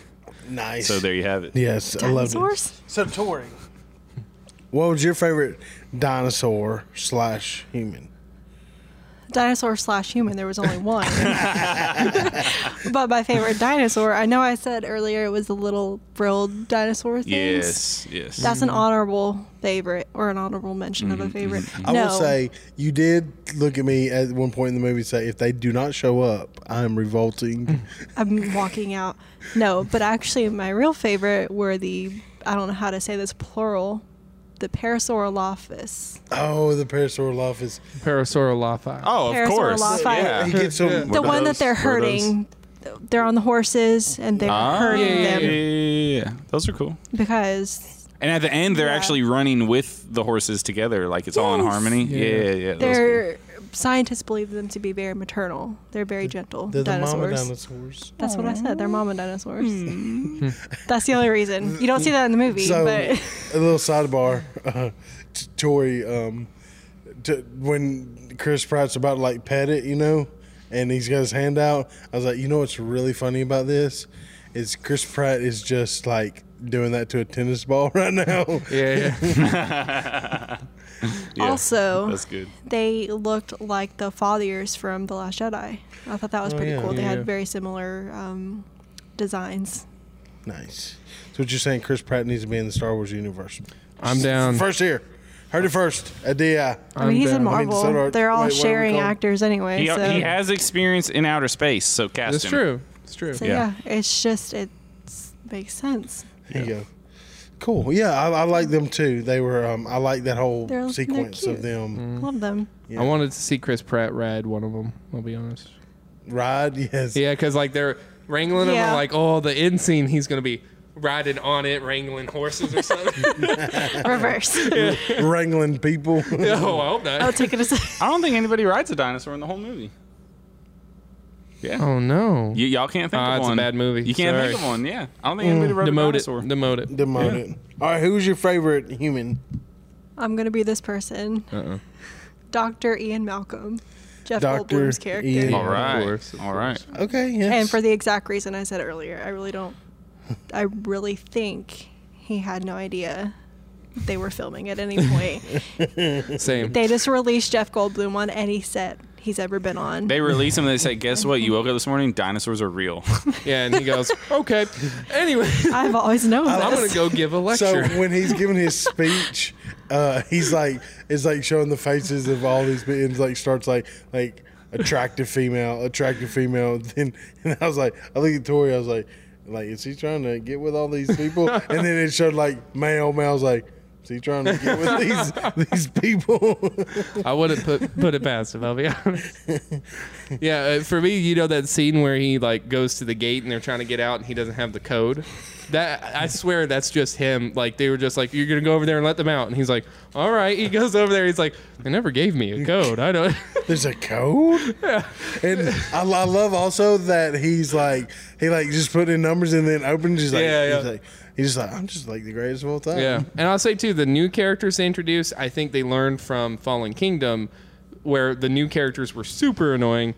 [SPEAKER 1] Nice.
[SPEAKER 2] So there you have it.
[SPEAKER 1] Yes, I love it.
[SPEAKER 4] Dinosaurs?
[SPEAKER 1] So touring. What was your favorite dinosaur slash human?
[SPEAKER 4] Dinosaur slash human. There was only one. but my favorite dinosaur. I know I said earlier it was the little frilled dinosaur
[SPEAKER 2] Yes,
[SPEAKER 4] things.
[SPEAKER 2] yes.
[SPEAKER 4] That's
[SPEAKER 1] Mm-hmm.
[SPEAKER 4] an honorable favorite or an honorable mention
[SPEAKER 2] Mm-hmm,
[SPEAKER 4] of a favorite.
[SPEAKER 1] I
[SPEAKER 4] no.
[SPEAKER 1] will say you did look at me at one point in the movie and say, "If they do not show up, I'm revolting."
[SPEAKER 4] I'm walking out. No, but actually, my real favorite were the I don't know how to say this plural, the Parasaurolophus.
[SPEAKER 1] oh, the Parasaurolophus.
[SPEAKER 3] Parasaurolophus.
[SPEAKER 2] oh, of course.
[SPEAKER 4] Parasaurolophus.
[SPEAKER 2] Yeah.
[SPEAKER 1] He gets so
[SPEAKER 3] The
[SPEAKER 4] the
[SPEAKER 2] Were
[SPEAKER 4] one
[SPEAKER 2] those-
[SPEAKER 4] that they're
[SPEAKER 2] were those-
[SPEAKER 4] hurting, they're on the horses and they're
[SPEAKER 2] Ah,
[SPEAKER 4] hurting
[SPEAKER 2] yeah, yeah,
[SPEAKER 4] them
[SPEAKER 2] yeah, yeah, yeah. Those are cool.
[SPEAKER 4] because
[SPEAKER 2] And at the end, they're
[SPEAKER 4] Yeah.
[SPEAKER 2] actually running with the horses together, like it's all in
[SPEAKER 4] Yes.
[SPEAKER 2] harmony. Yeah, yeah, yeah. that was
[SPEAKER 4] they're scientists believe them to be very maternal. They're very gentle
[SPEAKER 1] They're the
[SPEAKER 4] dinosaurs.
[SPEAKER 1] mama dinosaurs.
[SPEAKER 4] That's what I said. They're mama dinosaurs. That's the only reason. You don't see that in the movie,
[SPEAKER 1] So,
[SPEAKER 4] but
[SPEAKER 1] a little sidebar. Uh, t- Tori, um, t- when Chris Pratt's about to like pet it, you know, and he's got his hand out, I was like, you know what's really funny about this is Chris Pratt is just like doing that to a tennis ball right now.
[SPEAKER 3] Yeah, yeah.
[SPEAKER 2] cool. Yeah,
[SPEAKER 4] also
[SPEAKER 2] that's good.
[SPEAKER 4] they looked like the fathiers from The Last Jedi. I thought that was
[SPEAKER 1] Oh,
[SPEAKER 4] pretty
[SPEAKER 1] yeah.
[SPEAKER 4] cool. They
[SPEAKER 3] Yeah.
[SPEAKER 4] had very similar um, designs.
[SPEAKER 1] Nice. So what you're saying, Chris Pratt needs to be in the Star Wars universe?
[SPEAKER 3] I'm down.
[SPEAKER 1] First here, heard it first at DI.
[SPEAKER 4] I mean,
[SPEAKER 3] I'm
[SPEAKER 4] he's
[SPEAKER 3] down.
[SPEAKER 4] in
[SPEAKER 1] I mean,
[SPEAKER 4] Marvel.
[SPEAKER 1] so do our-
[SPEAKER 4] They're all
[SPEAKER 1] wait, what do we
[SPEAKER 4] sharing
[SPEAKER 1] call 'em?
[SPEAKER 4] actors anyway.
[SPEAKER 2] He,
[SPEAKER 4] so.
[SPEAKER 2] he has experience in outer space, so cast
[SPEAKER 3] It's
[SPEAKER 2] him.
[SPEAKER 3] true. It's true.
[SPEAKER 4] So
[SPEAKER 2] Yeah.
[SPEAKER 4] yeah. it's just it makes sense.
[SPEAKER 1] There you go. Cool. Yeah, I, I like them too. They were. Um, I like that whole
[SPEAKER 4] They're- they're
[SPEAKER 1] sequence
[SPEAKER 4] cute.
[SPEAKER 1] of them.
[SPEAKER 4] Love them.
[SPEAKER 1] Yeah.
[SPEAKER 3] I wanted to see Chris Pratt ride one of them. I'll be honest.
[SPEAKER 1] Ride, yes.
[SPEAKER 3] Yeah, because like they're wrangling him.
[SPEAKER 4] Yeah.
[SPEAKER 3] I'm like, oh, the end scene, he's gonna be riding on it, wrangling horses or something.
[SPEAKER 4] Reverse.
[SPEAKER 1] Wrangling people.
[SPEAKER 3] oh, I hope
[SPEAKER 4] I'll
[SPEAKER 3] not.
[SPEAKER 4] take it as a
[SPEAKER 2] I don't think anybody rides a dinosaur in the whole movie. Yeah.
[SPEAKER 3] Oh no.
[SPEAKER 2] Y- y'all can't think
[SPEAKER 3] Ah,
[SPEAKER 2] of
[SPEAKER 3] it's a
[SPEAKER 2] one.
[SPEAKER 3] bad movie.
[SPEAKER 2] You can't
[SPEAKER 3] Sorry.
[SPEAKER 2] think of one. Yeah. I don't think anybody rode
[SPEAKER 3] Demote
[SPEAKER 2] a dinosaur.
[SPEAKER 3] it. Demote it.
[SPEAKER 1] Demote it. All right, who's your favorite human?
[SPEAKER 4] I'm gonna be this person.
[SPEAKER 3] Uh-uh.
[SPEAKER 4] Dr. Ian Malcolm. Jeff
[SPEAKER 1] Dr.
[SPEAKER 4] Goldblum's character.
[SPEAKER 1] Ian.
[SPEAKER 2] all
[SPEAKER 3] of
[SPEAKER 2] right.
[SPEAKER 3] course, of
[SPEAKER 2] all right.
[SPEAKER 1] Okay, yes.
[SPEAKER 4] And for the exact reason I said earlier, I really don't I really think he had no idea they were filming at any point.
[SPEAKER 3] Same.
[SPEAKER 4] they just released Jeff Goldblum on any set he's ever been on.
[SPEAKER 2] They release him and they say, guess what? You woke up this morning, dinosaurs are real.
[SPEAKER 3] yeah, and he goes, okay. Anyway,
[SPEAKER 4] I've always known this.
[SPEAKER 3] I'm gonna go give a
[SPEAKER 1] so
[SPEAKER 3] lecture.
[SPEAKER 1] when he's giving his speech, uh, he's like, it's like showing the faces of all these beings. Like starts like like attractive female, attractive female. Then and I was like, I look at Tori, I was like, like is he trying to get with all these people? And then it showed like male, male. I was like, is he trying to get with these these people?
[SPEAKER 3] I wouldn't put put it past him. I'll be honest. Yeah, uh, for me, you know that scene where he like goes to the gate and they're trying to get out and he doesn't have the code. That I swear that's just him. Like they were just like, "You're gonna go over there and let them out," and he's like, "All right." He goes over there. He's like, "They never gave me a code. I don't."
[SPEAKER 1] There's a code. And I, I love also that he's like he like just put in numbers and then opens. He's like,
[SPEAKER 3] Yeah, yeah.
[SPEAKER 1] he's like he's just like I'm just like the greatest of all time.
[SPEAKER 3] Yeah, and I'll say too, the new characters they introduced, I think they learned from Fallen Kingdom, where the new characters were super annoying.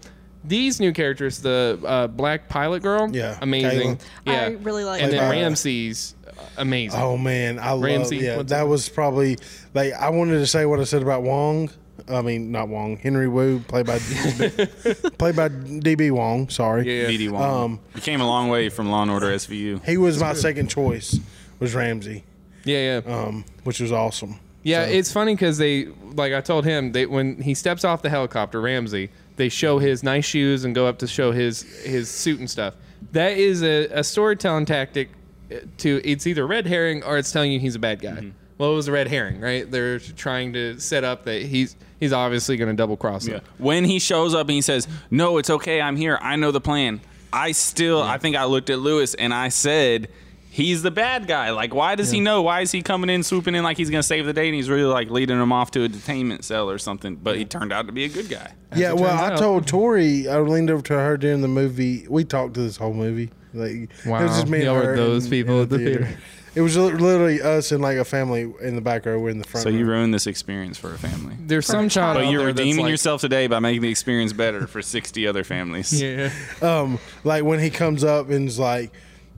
[SPEAKER 3] These new characters, the uh, black pilot girl,
[SPEAKER 1] Yeah,
[SPEAKER 3] amazing.
[SPEAKER 1] Kayla.
[SPEAKER 3] Yeah,
[SPEAKER 4] I really like
[SPEAKER 3] And then
[SPEAKER 1] her.
[SPEAKER 3] Ramses, uh, amazing.
[SPEAKER 1] Oh man, I
[SPEAKER 3] Ramsey,
[SPEAKER 1] love. Yeah,
[SPEAKER 3] what's
[SPEAKER 1] that was probably like I wanted to say what I said about Wong. I mean, not Wong. Henry Wu, played by played by DB Wong. Sorry.
[SPEAKER 3] Yeah.
[SPEAKER 2] BD Wong.
[SPEAKER 1] Um,
[SPEAKER 2] you came a long way from Law and Order SVU.
[SPEAKER 1] He was my second choice. Was Ramsey,
[SPEAKER 3] Yeah, yeah,
[SPEAKER 1] um, which was awesome.
[SPEAKER 3] yeah. It's funny because they, like I told him, they when he steps off the helicopter, Ramsey, they show his nice shoes and go up to show his his suit and stuff. that is a, a storytelling tactic uh, to it's either red herring or it's telling you he's a bad guy.
[SPEAKER 2] Mm-hmm.
[SPEAKER 3] Well, it was a red herring, right? They're trying to set up that he's he's obviously going to double cross him.
[SPEAKER 2] When he shows up and he says, "No, it's okay. I'm here. I know the plan." I still, I think I looked at Lewis and I said, "He's the bad guy. Like, why does he know? Why is he coming in, swooping in like he's gonna save the day, and he's really like leading him off to a detainment cell or something?" But he turned out to be a good guy.
[SPEAKER 1] yeah,
[SPEAKER 3] it
[SPEAKER 1] well,
[SPEAKER 3] turns
[SPEAKER 1] I
[SPEAKER 3] out.
[SPEAKER 1] told Tori, I leaned over to her during the movie. We talked to this whole movie. Like, it
[SPEAKER 3] Wow.
[SPEAKER 1] was just me and
[SPEAKER 3] Y'all were
[SPEAKER 1] her
[SPEAKER 3] those
[SPEAKER 1] in-
[SPEAKER 3] people
[SPEAKER 1] in
[SPEAKER 3] at the theater.
[SPEAKER 1] It was li- literally us and like a family in the back row. We're in the front.
[SPEAKER 2] So you
[SPEAKER 1] row.
[SPEAKER 2] ruined this experience for a family.
[SPEAKER 3] There's some child.
[SPEAKER 2] But
[SPEAKER 3] out
[SPEAKER 2] you're
[SPEAKER 3] there that's
[SPEAKER 2] redeeming
[SPEAKER 3] like-
[SPEAKER 2] yourself today by making the experience better for 60 other families.
[SPEAKER 3] Yeah.
[SPEAKER 1] um, like when he comes up and is like,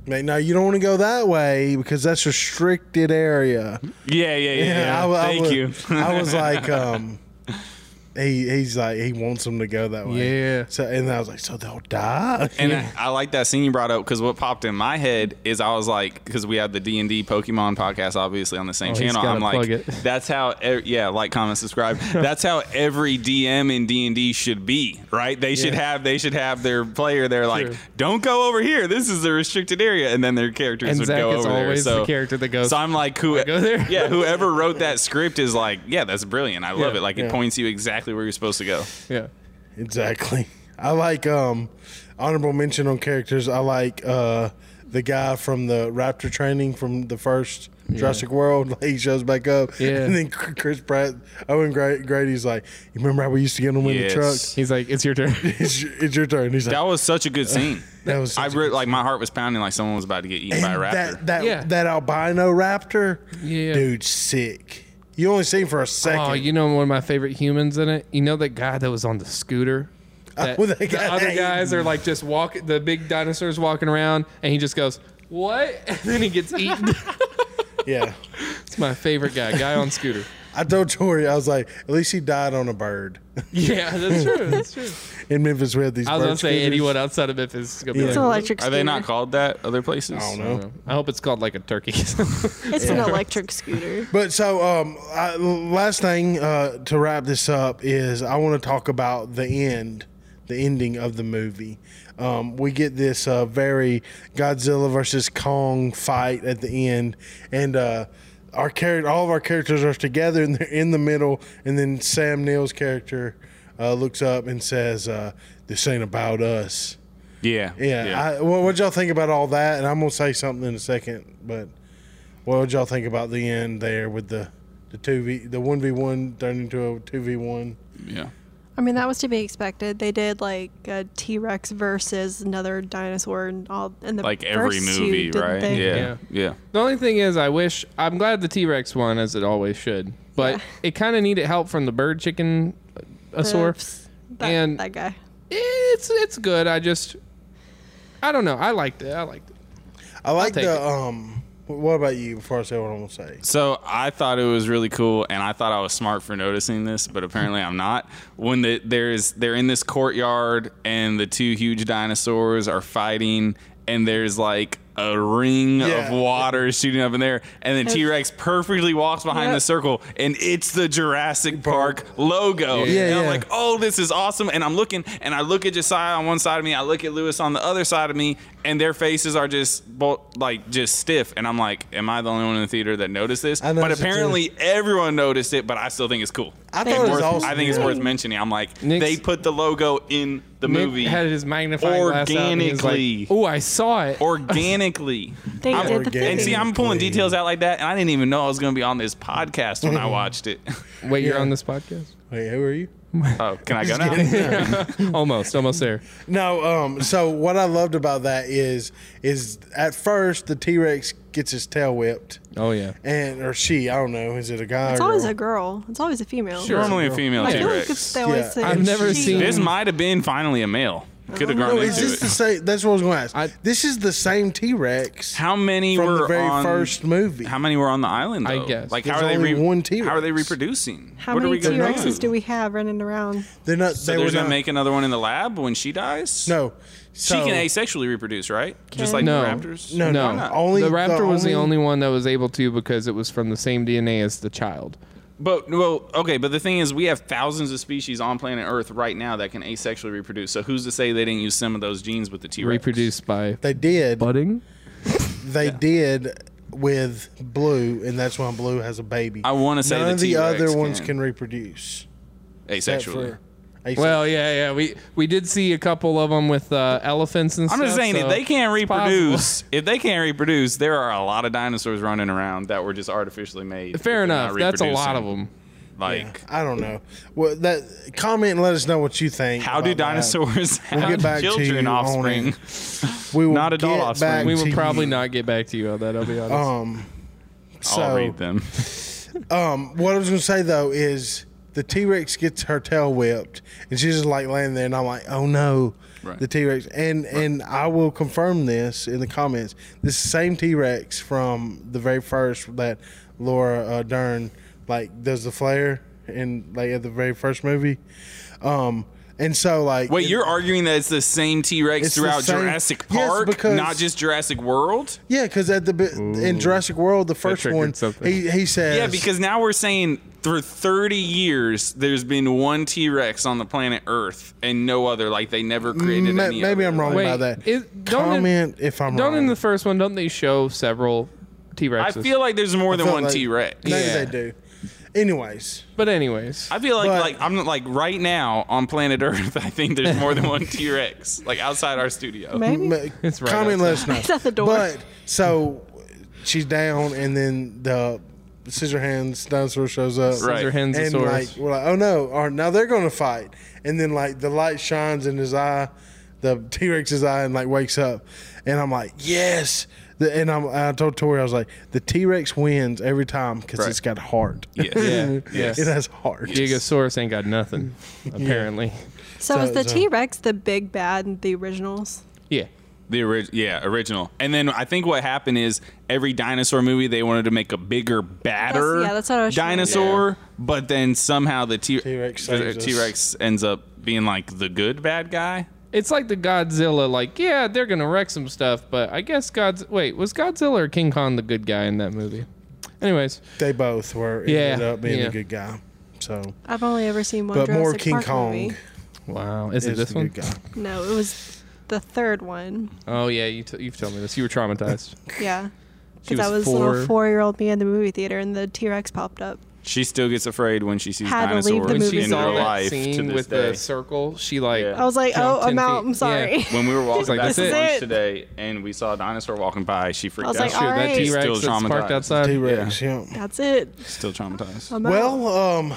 [SPEAKER 1] like, no, you don't want to go that way because that's restricted area.
[SPEAKER 2] Yeah, yeah, yeah. yeah.
[SPEAKER 1] I wa- I
[SPEAKER 2] Thank
[SPEAKER 1] wa-
[SPEAKER 2] you.
[SPEAKER 1] I was like, um, he he's like he wants them to go that way.
[SPEAKER 3] Yeah.
[SPEAKER 1] So and I was like, so they'll die.
[SPEAKER 2] And I, I like that scene you brought up because what popped in my head is I was like, because we have the D and D Pokemon podcast, obviously on the same
[SPEAKER 3] Oh, he's
[SPEAKER 2] channel.
[SPEAKER 3] gotta
[SPEAKER 2] I'm like,
[SPEAKER 3] plug it.
[SPEAKER 2] that's how, e- yeah, like, comment, subscribe. that's how every DM in D and D should be, right? They should have, they should have their player. They're like,
[SPEAKER 3] True.
[SPEAKER 2] don't go over here. This is a restricted area, and then their characters
[SPEAKER 3] And
[SPEAKER 2] would
[SPEAKER 3] Zach
[SPEAKER 2] go
[SPEAKER 3] is
[SPEAKER 2] over there.
[SPEAKER 3] always the
[SPEAKER 2] So
[SPEAKER 3] character that goes,
[SPEAKER 2] So I'm like, who?
[SPEAKER 3] go there?
[SPEAKER 2] Yeah, whoever wrote that script is like, yeah, that's brilliant. I love
[SPEAKER 3] Yeah,
[SPEAKER 2] it. Like,
[SPEAKER 1] yeah.
[SPEAKER 2] it points you exactly where you're supposed to go.
[SPEAKER 3] yeah.
[SPEAKER 1] Exactly. I like um honorable mention on characters. I like uh the guy from the Raptor training from the first Jurassic World. Like, he shows back up.
[SPEAKER 3] Yeah.
[SPEAKER 1] And then C- Chris Pratt, Owen Gra- Grady's like, you remember how we used to get him in the
[SPEAKER 2] Yes.
[SPEAKER 1] truck?
[SPEAKER 3] He's like, it's your turn.
[SPEAKER 1] It's your, it's your turn. He's like,
[SPEAKER 2] That was such a good scene.
[SPEAKER 1] That was such
[SPEAKER 2] I
[SPEAKER 1] a
[SPEAKER 2] re- like my heart was pounding like someone was about to get eaten by a
[SPEAKER 1] And
[SPEAKER 2] raptor.
[SPEAKER 1] That that
[SPEAKER 3] Yeah.
[SPEAKER 1] that albino raptor,
[SPEAKER 3] Yeah.
[SPEAKER 1] dude, sick. You only see him for a second.
[SPEAKER 3] Oh, you know one of my favorite humans in it. You know that guy that was on the scooter. That,
[SPEAKER 1] Oh, that
[SPEAKER 3] the
[SPEAKER 1] guy.
[SPEAKER 3] other guys are like just walking. The big dinosaurs walking around, and he just goes, "What?" And then he gets eaten.
[SPEAKER 1] yeah,
[SPEAKER 3] it's my favorite guy. Guy on scooter.
[SPEAKER 1] I told Tori, I was like, at least he died on a bird.
[SPEAKER 3] Yeah, that's true. That's true.
[SPEAKER 1] In Memphis, we had these.
[SPEAKER 3] I was
[SPEAKER 1] bird
[SPEAKER 3] gonna say
[SPEAKER 1] scooters.
[SPEAKER 3] anyone outside of Memphis is gonna be
[SPEAKER 1] Yeah.
[SPEAKER 4] It's an
[SPEAKER 3] like.
[SPEAKER 4] electric
[SPEAKER 2] Are
[SPEAKER 4] scooter.
[SPEAKER 2] they not called that other places?
[SPEAKER 1] I don't
[SPEAKER 3] I
[SPEAKER 1] know.
[SPEAKER 3] don't know. I hope it's called like a turkey.
[SPEAKER 4] It's an electric scooter.
[SPEAKER 1] But so, um, I, last thing uh, to wrap this up is I want to talk about the end, the ending of the movie. Um, we get this uh, very Godzilla versus Kong fight at the end, and uh, our character, all of our characters are together and they're in the middle, and then Sam Neill's character uh, looks up and says, uh, "This ain't about us."
[SPEAKER 2] Yeah.
[SPEAKER 1] Yeah. I, what would y'all think about all that? And I'm gonna say something in a second, but what would y'all think about the end there with the the two v the one v one turned into a two v one?
[SPEAKER 2] yeah.
[SPEAKER 4] I mean, that was to be expected. They did like a T Rex versus another dinosaur and all in the
[SPEAKER 2] Like every
[SPEAKER 4] first
[SPEAKER 2] movie,
[SPEAKER 4] two, didn't
[SPEAKER 2] right?
[SPEAKER 4] they?
[SPEAKER 2] Yeah. Yeah.
[SPEAKER 3] The only thing is, I wish I'm glad the T Rex won as it always should, but
[SPEAKER 4] Yeah.
[SPEAKER 3] it kind of needed help from the bird chicken, uh, a
[SPEAKER 4] Oops. That,
[SPEAKER 3] and
[SPEAKER 4] that guy.
[SPEAKER 3] it's it's good. I just I don't know. I liked it. I liked it.
[SPEAKER 1] I like
[SPEAKER 3] take
[SPEAKER 1] the
[SPEAKER 3] it.
[SPEAKER 1] um. wh- What about you? Before I say what I'm gonna say,
[SPEAKER 2] So I thought it was really cool, and I thought I was smart for noticing this, but apparently I'm not. When the, there's they're in this courtyard, and the two huge dinosaurs are fighting, and there's like a ring
[SPEAKER 1] Yeah.
[SPEAKER 2] of water shooting up in there, and the T Rex perfectly walks behind
[SPEAKER 4] Yep.
[SPEAKER 2] the circle, and it's the Jurassic Park logo.
[SPEAKER 1] Yeah,
[SPEAKER 2] And I'm
[SPEAKER 1] yeah.
[SPEAKER 2] like, oh, this is awesome. And I'm looking, and I look at Josiah on one side of me, I look at Lewis on the other side of me, and their faces are just both like just stiff. And I'm like, am I the only one in the theater that noticed this?
[SPEAKER 1] I
[SPEAKER 2] But
[SPEAKER 1] noticed it too.
[SPEAKER 2] apparently everyone noticed it, but I still think it's cool.
[SPEAKER 1] I
[SPEAKER 4] They
[SPEAKER 1] thought it was
[SPEAKER 2] Worth-
[SPEAKER 1] awesome.
[SPEAKER 2] I think it's
[SPEAKER 1] yeah.
[SPEAKER 2] worth mentioning. I'm like,
[SPEAKER 3] Nick's-
[SPEAKER 2] they put the logo in the
[SPEAKER 3] Nick
[SPEAKER 2] movie
[SPEAKER 3] had his magnifying glass out. and he
[SPEAKER 2] Organically.
[SPEAKER 3] was Like, oh, I saw it.
[SPEAKER 2] organically.
[SPEAKER 4] They
[SPEAKER 2] I'm-
[SPEAKER 4] did the
[SPEAKER 1] organic.
[SPEAKER 4] thing.
[SPEAKER 2] and see, I'm pulling
[SPEAKER 1] Organically.
[SPEAKER 2] details out like that, and I didn't even know I was going to be on this podcast when I watched it.
[SPEAKER 3] Wait, you're
[SPEAKER 1] Yeah.
[SPEAKER 3] on this podcast?
[SPEAKER 1] Wait, who are you?
[SPEAKER 2] Oh, can I go now?
[SPEAKER 3] almost, almost there.
[SPEAKER 1] No, um, so what I loved about that is is at first the T Rex gets his tail whipped,
[SPEAKER 3] Oh yeah.
[SPEAKER 1] and or she, I don't know, is it a guy?
[SPEAKER 4] It's
[SPEAKER 1] or
[SPEAKER 4] always
[SPEAKER 1] girl?
[SPEAKER 4] a girl. It's always a female.
[SPEAKER 3] Sure.
[SPEAKER 2] Normally a female
[SPEAKER 4] I
[SPEAKER 2] T
[SPEAKER 4] feel like it's
[SPEAKER 2] Rex.
[SPEAKER 4] they always
[SPEAKER 1] Yeah.
[SPEAKER 4] say
[SPEAKER 1] I've
[SPEAKER 3] never
[SPEAKER 4] she-
[SPEAKER 3] seen-
[SPEAKER 2] This might have been finally a male. Could have grown
[SPEAKER 1] No, Oh, is
[SPEAKER 2] into
[SPEAKER 1] this
[SPEAKER 2] it.
[SPEAKER 1] the same? That's what I was going to ask.
[SPEAKER 3] I-
[SPEAKER 1] this is the same T Rex.
[SPEAKER 2] How many
[SPEAKER 1] from
[SPEAKER 2] were
[SPEAKER 1] the very
[SPEAKER 2] on,
[SPEAKER 1] first movie.
[SPEAKER 2] How many were on the island? Though?
[SPEAKER 3] I guess.
[SPEAKER 2] Like how
[SPEAKER 1] There's
[SPEAKER 2] are they
[SPEAKER 1] only
[SPEAKER 2] re-
[SPEAKER 1] one
[SPEAKER 2] How are they
[SPEAKER 1] T-Rex.
[SPEAKER 2] reproducing?
[SPEAKER 4] How
[SPEAKER 2] what are
[SPEAKER 4] many
[SPEAKER 2] we
[SPEAKER 4] T
[SPEAKER 2] gonna
[SPEAKER 4] Rexes do we have running around?
[SPEAKER 1] They're not.
[SPEAKER 2] So
[SPEAKER 1] they were
[SPEAKER 2] they're gonna
[SPEAKER 1] not,
[SPEAKER 2] make another one in the lab when she dies.
[SPEAKER 1] no.
[SPEAKER 2] she
[SPEAKER 1] So,
[SPEAKER 2] can asexually reproduce, right? Just like
[SPEAKER 3] No.
[SPEAKER 2] the raptors.
[SPEAKER 1] No,
[SPEAKER 3] No,
[SPEAKER 1] no. Only
[SPEAKER 3] the raptor was the
[SPEAKER 1] only-
[SPEAKER 3] only one that was able to because it was from the same DNA as the child.
[SPEAKER 2] But well, okay. But the thing is, we have thousands of species on planet Earth right now that can asexually reproduce. So who's to say they didn't use some of those genes with the T Rex?
[SPEAKER 3] Reproduced by
[SPEAKER 1] They did.
[SPEAKER 3] budding.
[SPEAKER 1] they did with Blue, and that's why Blue has a baby.
[SPEAKER 2] I wanna say
[SPEAKER 1] none
[SPEAKER 2] the
[SPEAKER 1] of the
[SPEAKER 2] T-Rex
[SPEAKER 1] other ones
[SPEAKER 2] can.
[SPEAKER 1] can reproduce. except
[SPEAKER 2] asexually.
[SPEAKER 1] for asexual.
[SPEAKER 3] Well, yeah, yeah. We we did see a couple of them with uh, elephants and
[SPEAKER 2] I'm
[SPEAKER 3] stuff.
[SPEAKER 2] just saying,
[SPEAKER 3] so
[SPEAKER 2] if they can't
[SPEAKER 3] it's possible.
[SPEAKER 2] reproduce, if they can't reproduce, there are a lot of dinosaurs running around that were just artificially made.
[SPEAKER 3] fair
[SPEAKER 2] They're not
[SPEAKER 3] enough. That's a lot of
[SPEAKER 2] reproducing.
[SPEAKER 3] them.
[SPEAKER 2] Like,
[SPEAKER 1] I don't know. Well, that comment and let us know what you think.
[SPEAKER 2] how do
[SPEAKER 1] about that.
[SPEAKER 2] dinosaurs
[SPEAKER 1] We'll
[SPEAKER 2] have
[SPEAKER 1] get back to
[SPEAKER 2] children,
[SPEAKER 1] you on
[SPEAKER 2] offspring?
[SPEAKER 1] it. We will
[SPEAKER 2] Not adult
[SPEAKER 1] get
[SPEAKER 2] offspring.
[SPEAKER 1] back
[SPEAKER 3] We
[SPEAKER 1] to
[SPEAKER 3] will probably
[SPEAKER 1] you.
[SPEAKER 3] not get back to you on that. I'll be honest.
[SPEAKER 1] Um, so
[SPEAKER 2] I'll read them.
[SPEAKER 1] Um, what I was gonna say though is the T Rex gets her tail whipped, and she's just like laying there, and I'm like, oh no,
[SPEAKER 2] Right.
[SPEAKER 1] the T Rex. And and I will confirm this in the comments. This same T Rex from the very first that Laura uh, Dern like does the flare in like at the very first movie. Um, and so like
[SPEAKER 2] Wait, you're arguing that it's the same T Rex
[SPEAKER 1] It's the
[SPEAKER 2] throughout
[SPEAKER 1] same-
[SPEAKER 2] Jurassic
[SPEAKER 1] Yes,
[SPEAKER 2] Park,
[SPEAKER 1] because-
[SPEAKER 2] not just Jurassic World?
[SPEAKER 1] yeah, because at the bi- in Jurassic World, the first
[SPEAKER 3] triggered
[SPEAKER 1] one,
[SPEAKER 3] something.
[SPEAKER 1] he he says
[SPEAKER 2] Yeah, because now we're saying for 30 years there's been one T Rex on the planet Earth and no other. Like they never created
[SPEAKER 1] Ma-
[SPEAKER 2] any.
[SPEAKER 1] maybe
[SPEAKER 2] other.
[SPEAKER 1] I'm wrong
[SPEAKER 3] Wait,
[SPEAKER 1] about that.
[SPEAKER 3] is- don't in-
[SPEAKER 1] Comment if I'm
[SPEAKER 3] don't
[SPEAKER 1] wrong.
[SPEAKER 3] in the first one. Don't they show several T
[SPEAKER 2] I
[SPEAKER 3] Rexes?
[SPEAKER 2] feel like there's more than
[SPEAKER 1] felt
[SPEAKER 2] one
[SPEAKER 1] like-
[SPEAKER 2] T Rex.
[SPEAKER 1] Maybe
[SPEAKER 3] Yeah.
[SPEAKER 1] they do. Anyways,
[SPEAKER 3] But anyways,
[SPEAKER 2] I feel like
[SPEAKER 1] But-
[SPEAKER 2] like I'm like right now on planet Earth. I think there's more than one T Rex like outside our studio.
[SPEAKER 4] Maybe.
[SPEAKER 1] m-
[SPEAKER 3] It's right
[SPEAKER 1] comment let us know.
[SPEAKER 4] It's at the door.
[SPEAKER 1] But so she's down, and then the scissor hands dinosaur shows up.
[SPEAKER 2] Right.
[SPEAKER 3] Scissor hands
[SPEAKER 1] And like we're like, oh no! Or now they're gonna fight. And then like the light shines in his eye, the T Rex's eye, and like wakes up. And I'm like, yes. The, and I'm, I told Tori, I was like, the T Rex wins every time because
[SPEAKER 2] Right.
[SPEAKER 1] it's got heart.
[SPEAKER 2] Yes.
[SPEAKER 3] yeah, yeah.
[SPEAKER 1] it has heart.
[SPEAKER 3] Gigasaurus ain't got nothing apparently.
[SPEAKER 4] So,
[SPEAKER 1] So-
[SPEAKER 4] is the
[SPEAKER 1] so-
[SPEAKER 4] T Rex the big bad in the originals?
[SPEAKER 3] Yeah.
[SPEAKER 2] The orig- yeah, original. And then I think what happened is every dinosaur movie they wanted to make a bigger, badder
[SPEAKER 4] That's- yeah, that's what I was trying to say.
[SPEAKER 2] dinosaur, but then somehow the T
[SPEAKER 1] T-Rex
[SPEAKER 2] the
[SPEAKER 1] saves us.
[SPEAKER 2] T-Rex ends up being like the good bad guy.
[SPEAKER 3] It's like the Godzilla. Like, yeah, they're gonna wreck some stuff, but I guess God's wait was Godzilla or King Kong the good guy in that movie? Anyways,
[SPEAKER 1] They both were ended
[SPEAKER 3] Yeah,
[SPEAKER 1] up being
[SPEAKER 3] yeah.
[SPEAKER 1] a good guy. So,
[SPEAKER 4] I've only ever seen one.
[SPEAKER 1] but
[SPEAKER 4] Jurassic
[SPEAKER 1] more King
[SPEAKER 4] Park
[SPEAKER 1] Kong
[SPEAKER 4] Movie.
[SPEAKER 3] wow, is, it
[SPEAKER 1] is
[SPEAKER 3] this
[SPEAKER 1] the
[SPEAKER 3] one?
[SPEAKER 1] good guy.
[SPEAKER 4] No, it was the third one.
[SPEAKER 3] Oh yeah, you t- you've told me this. You were traumatized.
[SPEAKER 4] Yeah.
[SPEAKER 3] She
[SPEAKER 4] Because I
[SPEAKER 3] was
[SPEAKER 4] was little
[SPEAKER 3] four.
[SPEAKER 4] four year old me in the movie theater and the T Rex popped up.
[SPEAKER 2] She still gets afraid when she sees
[SPEAKER 4] Had to leave the
[SPEAKER 2] dinosaurs
[SPEAKER 4] When she
[SPEAKER 2] in
[SPEAKER 4] saw
[SPEAKER 2] real
[SPEAKER 4] that
[SPEAKER 2] life to this
[SPEAKER 3] with
[SPEAKER 2] day.
[SPEAKER 3] the circle, she like
[SPEAKER 2] Yeah.
[SPEAKER 4] I was like,
[SPEAKER 3] Jumped
[SPEAKER 4] oh,
[SPEAKER 3] ten
[SPEAKER 4] I'm out.
[SPEAKER 3] feet.
[SPEAKER 4] I'm sorry.
[SPEAKER 3] Yeah.
[SPEAKER 2] when we were walking
[SPEAKER 3] like,
[SPEAKER 2] back
[SPEAKER 3] "This
[SPEAKER 2] to
[SPEAKER 3] is
[SPEAKER 2] lunch
[SPEAKER 4] it."
[SPEAKER 2] today and we saw a dinosaur walking by, she freaked
[SPEAKER 4] I was
[SPEAKER 2] out.
[SPEAKER 4] like,
[SPEAKER 3] That's true.
[SPEAKER 4] Alright.
[SPEAKER 3] That T
[SPEAKER 2] Still
[SPEAKER 3] Rex that's parked
[SPEAKER 2] traumatized.
[SPEAKER 3] outside.
[SPEAKER 1] T Rex, yeah.
[SPEAKER 4] That's it.
[SPEAKER 2] Still traumatized.
[SPEAKER 4] I'm out.
[SPEAKER 1] Well, um,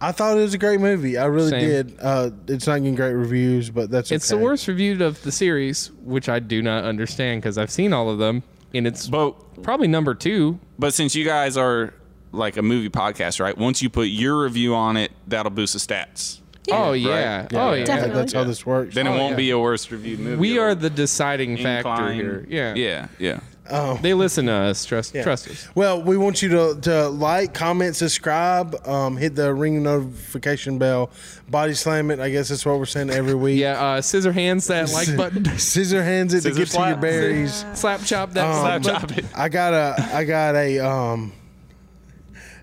[SPEAKER 1] I thought it was a great movie. I really
[SPEAKER 3] Same.
[SPEAKER 1] did. Uh, it's not getting great reviews, but that's
[SPEAKER 3] It's
[SPEAKER 1] okay.
[SPEAKER 3] the worst reviewed of the series, which I do not understand because I've seen all of them, and it's
[SPEAKER 2] But
[SPEAKER 3] probably number two.
[SPEAKER 2] but since you guys are like a movie podcast, right? Once you put your review on it, that'll boost the stats.
[SPEAKER 3] oh yeah, oh yeah.
[SPEAKER 4] Definitely.
[SPEAKER 1] That's how this works.
[SPEAKER 2] Then it won't
[SPEAKER 3] yeah.
[SPEAKER 2] be a worst reviewed movie.
[SPEAKER 3] We
[SPEAKER 2] It'll
[SPEAKER 3] are the deciding factor
[SPEAKER 2] incline-
[SPEAKER 3] here. Yeah,
[SPEAKER 2] Yeah. Yeah. Oh.
[SPEAKER 3] They listen to us. Trust,
[SPEAKER 1] Yeah.
[SPEAKER 3] trust us.
[SPEAKER 1] Well, we want you to, to like, comment, subscribe, um, hit the ring notification bell, body slam it. I guess that's what we're saying every week.
[SPEAKER 3] Yeah, uh, scissor hands that like button,
[SPEAKER 1] Scissor hands it to
[SPEAKER 2] Scissor
[SPEAKER 1] get to your
[SPEAKER 2] slap.
[SPEAKER 1] berries.
[SPEAKER 3] slap chop that
[SPEAKER 2] Slap
[SPEAKER 1] Um,
[SPEAKER 3] slap chop.
[SPEAKER 2] chop it.
[SPEAKER 1] I got a I got a um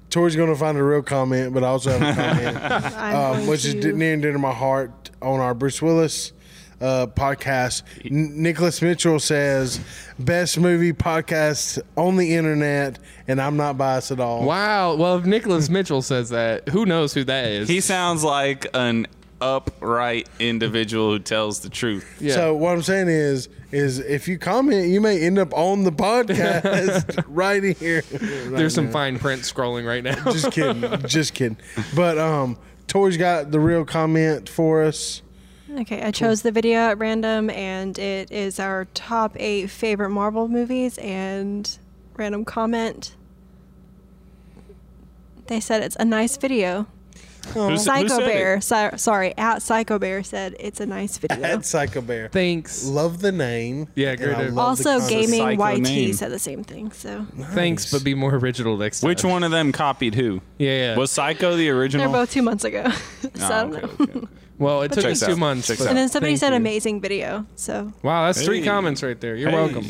[SPEAKER 1] Tori's gonna find a real comment, but I also have a comment.
[SPEAKER 4] I'm
[SPEAKER 1] um,
[SPEAKER 4] going
[SPEAKER 1] which is
[SPEAKER 4] to-
[SPEAKER 1] near and dear to my heart on our Bruce Willis uh, podcast. N- Nicholas Mitchell says, "Best movie podcast on the internet," and I'm not biased at all.
[SPEAKER 3] Wow. Well, if Nicholas Mitchell says that, who knows who that is?
[SPEAKER 2] He sounds like an upright individual who tells the truth.
[SPEAKER 3] yeah.
[SPEAKER 1] So what I'm saying is, is if you comment, you may end up on the podcast right here.
[SPEAKER 3] There's some fine print scrolling right now.
[SPEAKER 1] just kidding, just kidding. But um, Tori's got the real comment for us.
[SPEAKER 4] Okay, I chose the video at random, and it is our top eight favorite Marvel movies. And random comment. They said it's a nice video.
[SPEAKER 2] Who s- who
[SPEAKER 4] Psycho
[SPEAKER 2] said it?
[SPEAKER 4] Bear, so, sorry, at Psycho Bear said it's a nice video.
[SPEAKER 1] at Psycho Bear.
[SPEAKER 3] Thanks.
[SPEAKER 1] Love the name.
[SPEAKER 3] Yeah,
[SPEAKER 1] and
[SPEAKER 3] great
[SPEAKER 1] I
[SPEAKER 3] name.
[SPEAKER 1] love the
[SPEAKER 4] Also,
[SPEAKER 1] concept.
[SPEAKER 4] gaming
[SPEAKER 2] Psycho
[SPEAKER 4] YT
[SPEAKER 2] name.
[SPEAKER 4] said the same thing. So
[SPEAKER 3] Thanks, but be more original next time.
[SPEAKER 2] Which one of them copied who?
[SPEAKER 3] Yeah. yeah.
[SPEAKER 2] Was Psycho the original?
[SPEAKER 4] they're both two months ago. so
[SPEAKER 2] Oh,
[SPEAKER 4] I don't
[SPEAKER 2] okay,
[SPEAKER 4] know.
[SPEAKER 2] okay, okay.
[SPEAKER 3] well, it took
[SPEAKER 2] Checks
[SPEAKER 3] us two
[SPEAKER 2] out.
[SPEAKER 3] months.
[SPEAKER 2] Checks
[SPEAKER 3] but
[SPEAKER 2] out.
[SPEAKER 4] And then somebody
[SPEAKER 3] thank
[SPEAKER 4] said
[SPEAKER 3] you.
[SPEAKER 4] amazing video. So
[SPEAKER 3] Wow, that's three
[SPEAKER 2] Hey.
[SPEAKER 3] comments right there. You're
[SPEAKER 2] Hey.
[SPEAKER 3] welcome.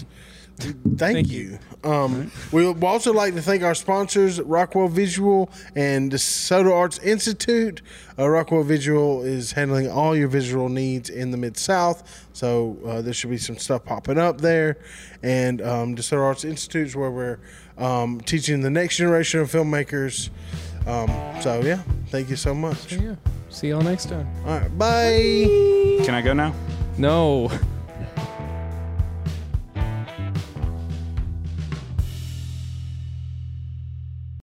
[SPEAKER 1] Thank, you. Um, we would also like to thank our sponsors, Rockwell Visual and the Soda Arts Institute. Uh, Rockwell Visual is handling all your visual needs in the Mid South, so uh, there should be some stuff popping up there. And um, the Soda Arts Institute is where we're um, teaching the next generation of filmmakers. Um, so, yeah, thank you so much.
[SPEAKER 3] Yeah. See y'all next time.
[SPEAKER 1] All right, bye.
[SPEAKER 2] Can I go now?
[SPEAKER 3] No.